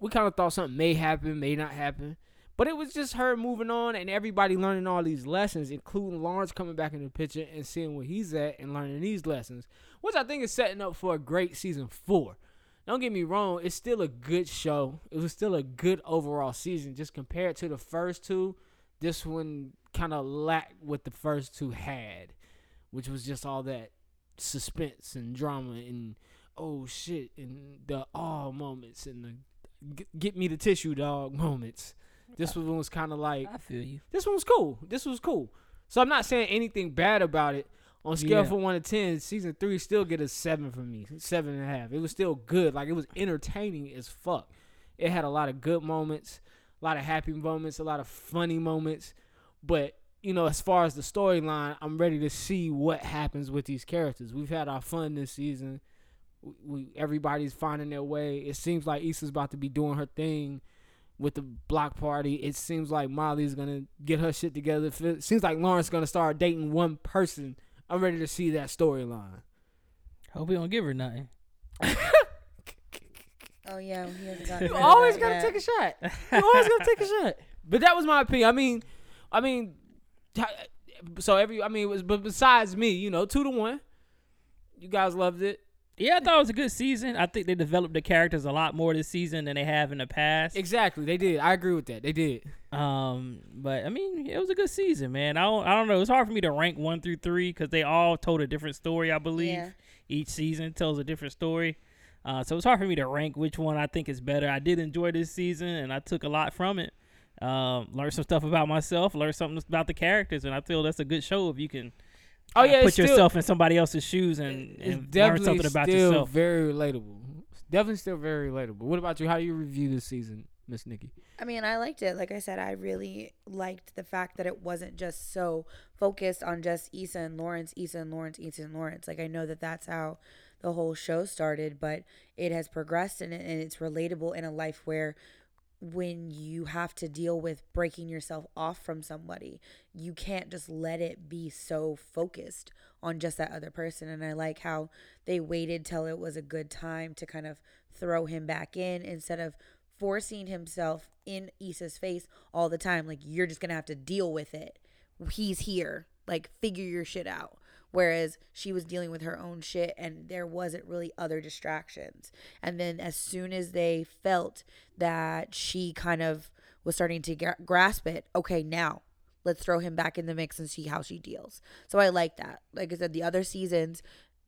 S6: we kind of thought something may happen, may not happen, but it was just her moving on and everybody learning all these lessons, including Lawrence coming back in the picture and seeing where he's at and learning these lessons, which I think is setting up for a great season four. Don't get me wrong, it's still a good show. It was still a good overall season. Just compared to the first two, this one kind of lacked what the first two had, which was just all that suspense and drama and oh shit and the oh moments and the g- get me the tissue dog moments. This one was kind of like
S5: I feel you.
S6: this one was cool. This was cool. So I'm not saying anything bad about it. On scale
S5: Yeah.
S6: from one to ten, season three still get a seven from me, seven and a half. It was still good. Like it was entertaining as fuck. It had a lot of good moments, a lot of happy moments, a lot of funny moments. But you know, as far as the storyline, I'm ready to see what happens with these characters. We've had our fun this season. We, we everybody's finding their way. It seems like Issa's about to be doing her thing with the block party. It seems like Molly's gonna get her shit together. It fe- seems like Lawrence gonna start dating one person. I'm ready to see that storyline.
S5: Hope he don't give her nothing.
S4: Oh yeah, he hasn't gotten
S6: You
S4: rid of
S6: always
S4: that
S6: gotta
S4: yet.
S6: take a shot. You always gotta take a shot. But that was my opinion. I mean, I mean, ta- so every I mean, it was, but besides me, you know, two to one. You guys loved it.
S5: Yeah, I thought it was a good season. I think they developed the characters a lot more this season than they have in the past.
S6: Exactly, they did. I agree with that. They did.
S5: Um, but I mean, it was a good season, man. I don't, I don't know. It's hard for me to rank one through three because they all told a different story. I believe
S4: Yeah.
S5: each season tells a different story. Uh, so it's hard for me to rank which one I think is better. I did enjoy this season, and I took a lot from it. Um, learned some stuff about myself, learned something about the characters, and I feel that's a good show if you can
S6: Oh
S5: uh,
S6: yeah,
S5: put
S6: it's still-
S5: yourself in somebody else's shoes and,
S6: it's
S5: and learn something about
S6: still
S5: yourself.
S6: Very relatable. It's definitely still very relatable. What about you? How do you review this season, Miss Nikki?
S4: I mean, I liked it. Like I said, I really liked the fact that it wasn't just so focused on just Issa and Lawrence, Issa and Lawrence, Issa and Lawrence. Like I know that that's how the whole show started, but it has progressed and, it- and it's relatable in a life where when you have to deal with breaking yourself off from somebody, you can't just let it be so focused on just that other person. And I like how they waited till it was a good time to kind of throw him back in instead of forcing himself in Issa's face all the time. Like, you're just going to have to deal with it. He's here. Like, figure your shit out. Whereas she was dealing with her own shit and there wasn't really other distractions. And then as soon as they felt that she kind of was starting to gra- grasp it, okay, now let's throw him back in the mix and see how she deals. So I like that. Like I said, the other seasons,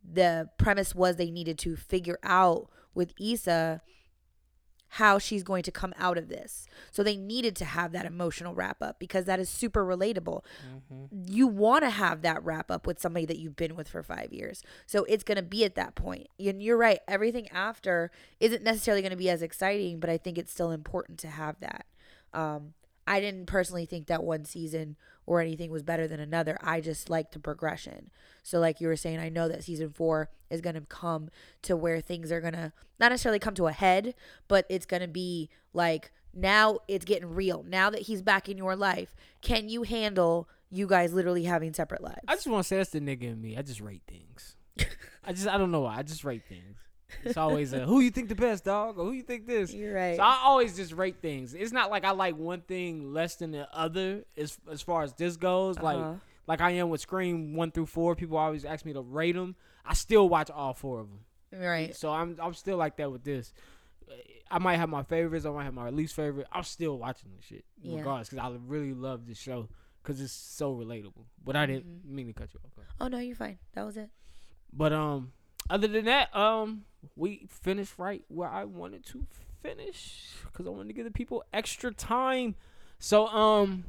S4: the premise was they needed to figure out with Issa how she's going to come out of this. So they needed to have that emotional wrap up because that is super relatable. You want to have that wrap up with somebody that you've been with for 5 years. So it's going to be at that point. And you're right, everything after isn't necessarily going to be as exciting, but I think it's still important to have that. Um I didn't personally think that one season or anything was better than another. I just liked the progression. So, like you were saying, I know that season four is going to come to where things are going to not necessarily come to a head, but it's going to be like now it's getting real. Now that he's back in your life, can you handle you guys literally having separate lives?
S6: I just want to say that's the nigga in me. I just rate things. I just I don't know why. I just rate things. It's always a who you think the best dog or who you think this.
S4: You're right.
S6: So I always just rate things. It's not like I like one thing less than the other as as far as this goes.
S4: Uh-huh.
S6: Like like I am with Scream one through four. People always ask me to rate them. I still watch all four of them.
S4: right.
S6: So I'm I'm still like that with this. I might have my favorites. I might have my least favorite. I'm still watching this shit
S4: Yeah.
S6: regardless because I really love this show because it's so relatable. But I didn't mean to cut you off.
S4: Oh, no, you're fine. That was it.
S6: But um, other than that, um, we finished right where I wanted to finish because I wanted to give the people extra time So um,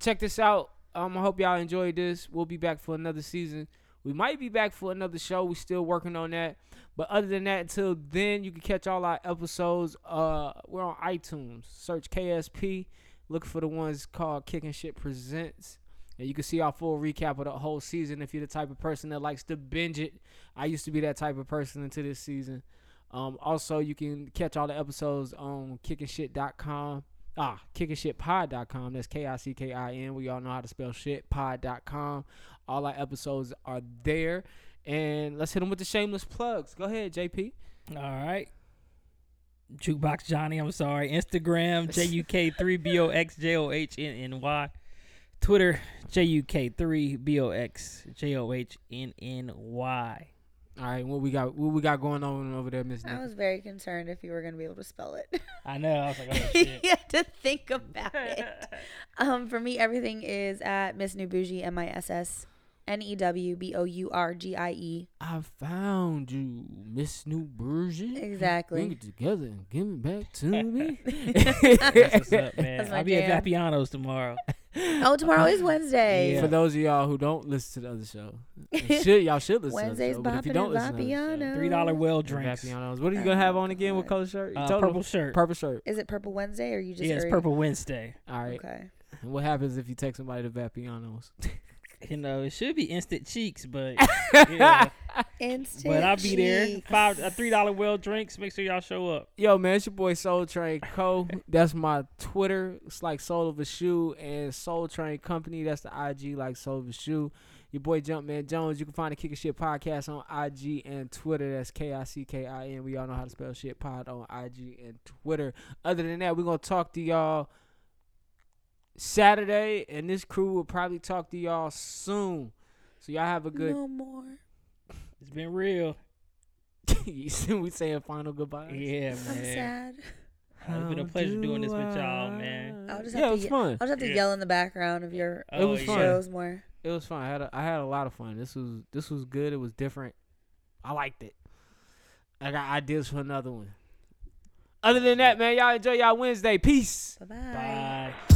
S6: check this out. Um, I hope y'all enjoyed this. We'll be back for another season. We might be back for another show. We're still working on that. But other than that, until then, you can catch all our episodes. Uh, we're on iTunes. Search KSP. Look for the ones called Kicking Shit Presents. And you can see our full recap of the whole season if you're the type of person that likes to binge it. I used to be that type of person until this season. Um, also, you can catch all the episodes on kickingshit.com. Ah, kickingshitpod.com. That's K I C K I N. We all know how to spell shit. Pod.com. All our episodes are there. And let's hit them with the shameless plugs. Go ahead, JP.
S5: All right. Jukebox Johnny, I'm sorry. Instagram, JUK3BOXJOHNNY. Twitter, JUK3BOXJOHNNY.
S6: All right, what we got? What we got going on over there, Miss?
S4: I
S6: Nikki?
S4: was very concerned if you were going to be able to spell it.
S5: I know. I was like, oh,
S4: you
S5: shit.
S4: had to think about it. Um, for me, everything is at Miss New Bougie, M I S S N E W B O U R G I E.
S6: I found you, Miss New Bruges. Bring
S4: Exactly.
S6: it together and give it back to me.
S5: That's what's up, man.
S4: That's my
S5: I'll be
S4: jam.
S5: at Vapiano's tomorrow.
S4: Oh, tomorrow is Wednesday.
S5: Yeah.
S6: For those of y'all who don't listen to the other show, and should y'all should listen
S4: Wednesday's
S6: to the show. But if you
S4: bopping
S6: don't
S4: and
S6: listen to the other show,
S4: Vapiano.
S5: Three dollar well
S6: Drinks.
S5: drinks.
S6: What are you gonna have on again? What
S4: God.
S6: color shirt? You
S5: Uh,
S6: told
S5: purple
S6: them.
S5: shirt.
S6: Purple shirt.
S4: Is it Purple Wednesday or you just?
S5: yeah, it's
S4: already-
S5: Purple Wednesday.
S6: All right.
S4: Okay.
S6: And What happens if you text somebody to Vapiano's?
S5: You know, it should be instant cheeks, but yeah.
S4: Instant.
S5: but I'll be there.
S4: cheeks.
S5: Five uh, three dollar well drinks. Make sure y'all show up.
S6: Yo, man, it's your boy Soul Train Co. That's my Twitter. It's like Soul of a Shoe and Soul Train Company. That's the IG, like Soul of a Shoe. Your boy Jumpman Jones. You can find the Kicking Shit Podcast on IG and Twitter. That's K I C K I N. We all know how to spell shit pod on IG and Twitter. Other than that, we're going to talk to y'all Saturday, and this crew will probably talk to y'all soon. So y'all have a good.
S4: No more.
S5: It's been real.
S6: we saying final goodbye.
S5: Yeah,
S4: I'm
S5: man.
S4: sad.
S5: Uh, It's been a pleasure doing this with y'all, man.
S4: I'll just have
S6: yeah,
S4: to
S6: it was
S4: ye-
S6: fun.
S4: I'll just have to
S5: Yeah. Oh,
S4: yell in the background of your
S6: It was
S5: yeah.
S6: fun.
S4: shows more.
S6: It was fun. I had a, I had a lot of fun. This was this was good. It was different. I liked it. I got ideas for another one. Other than that, man, y'all enjoy y'all Wednesday. Peace.
S4: Bye-bye.
S5: Bye.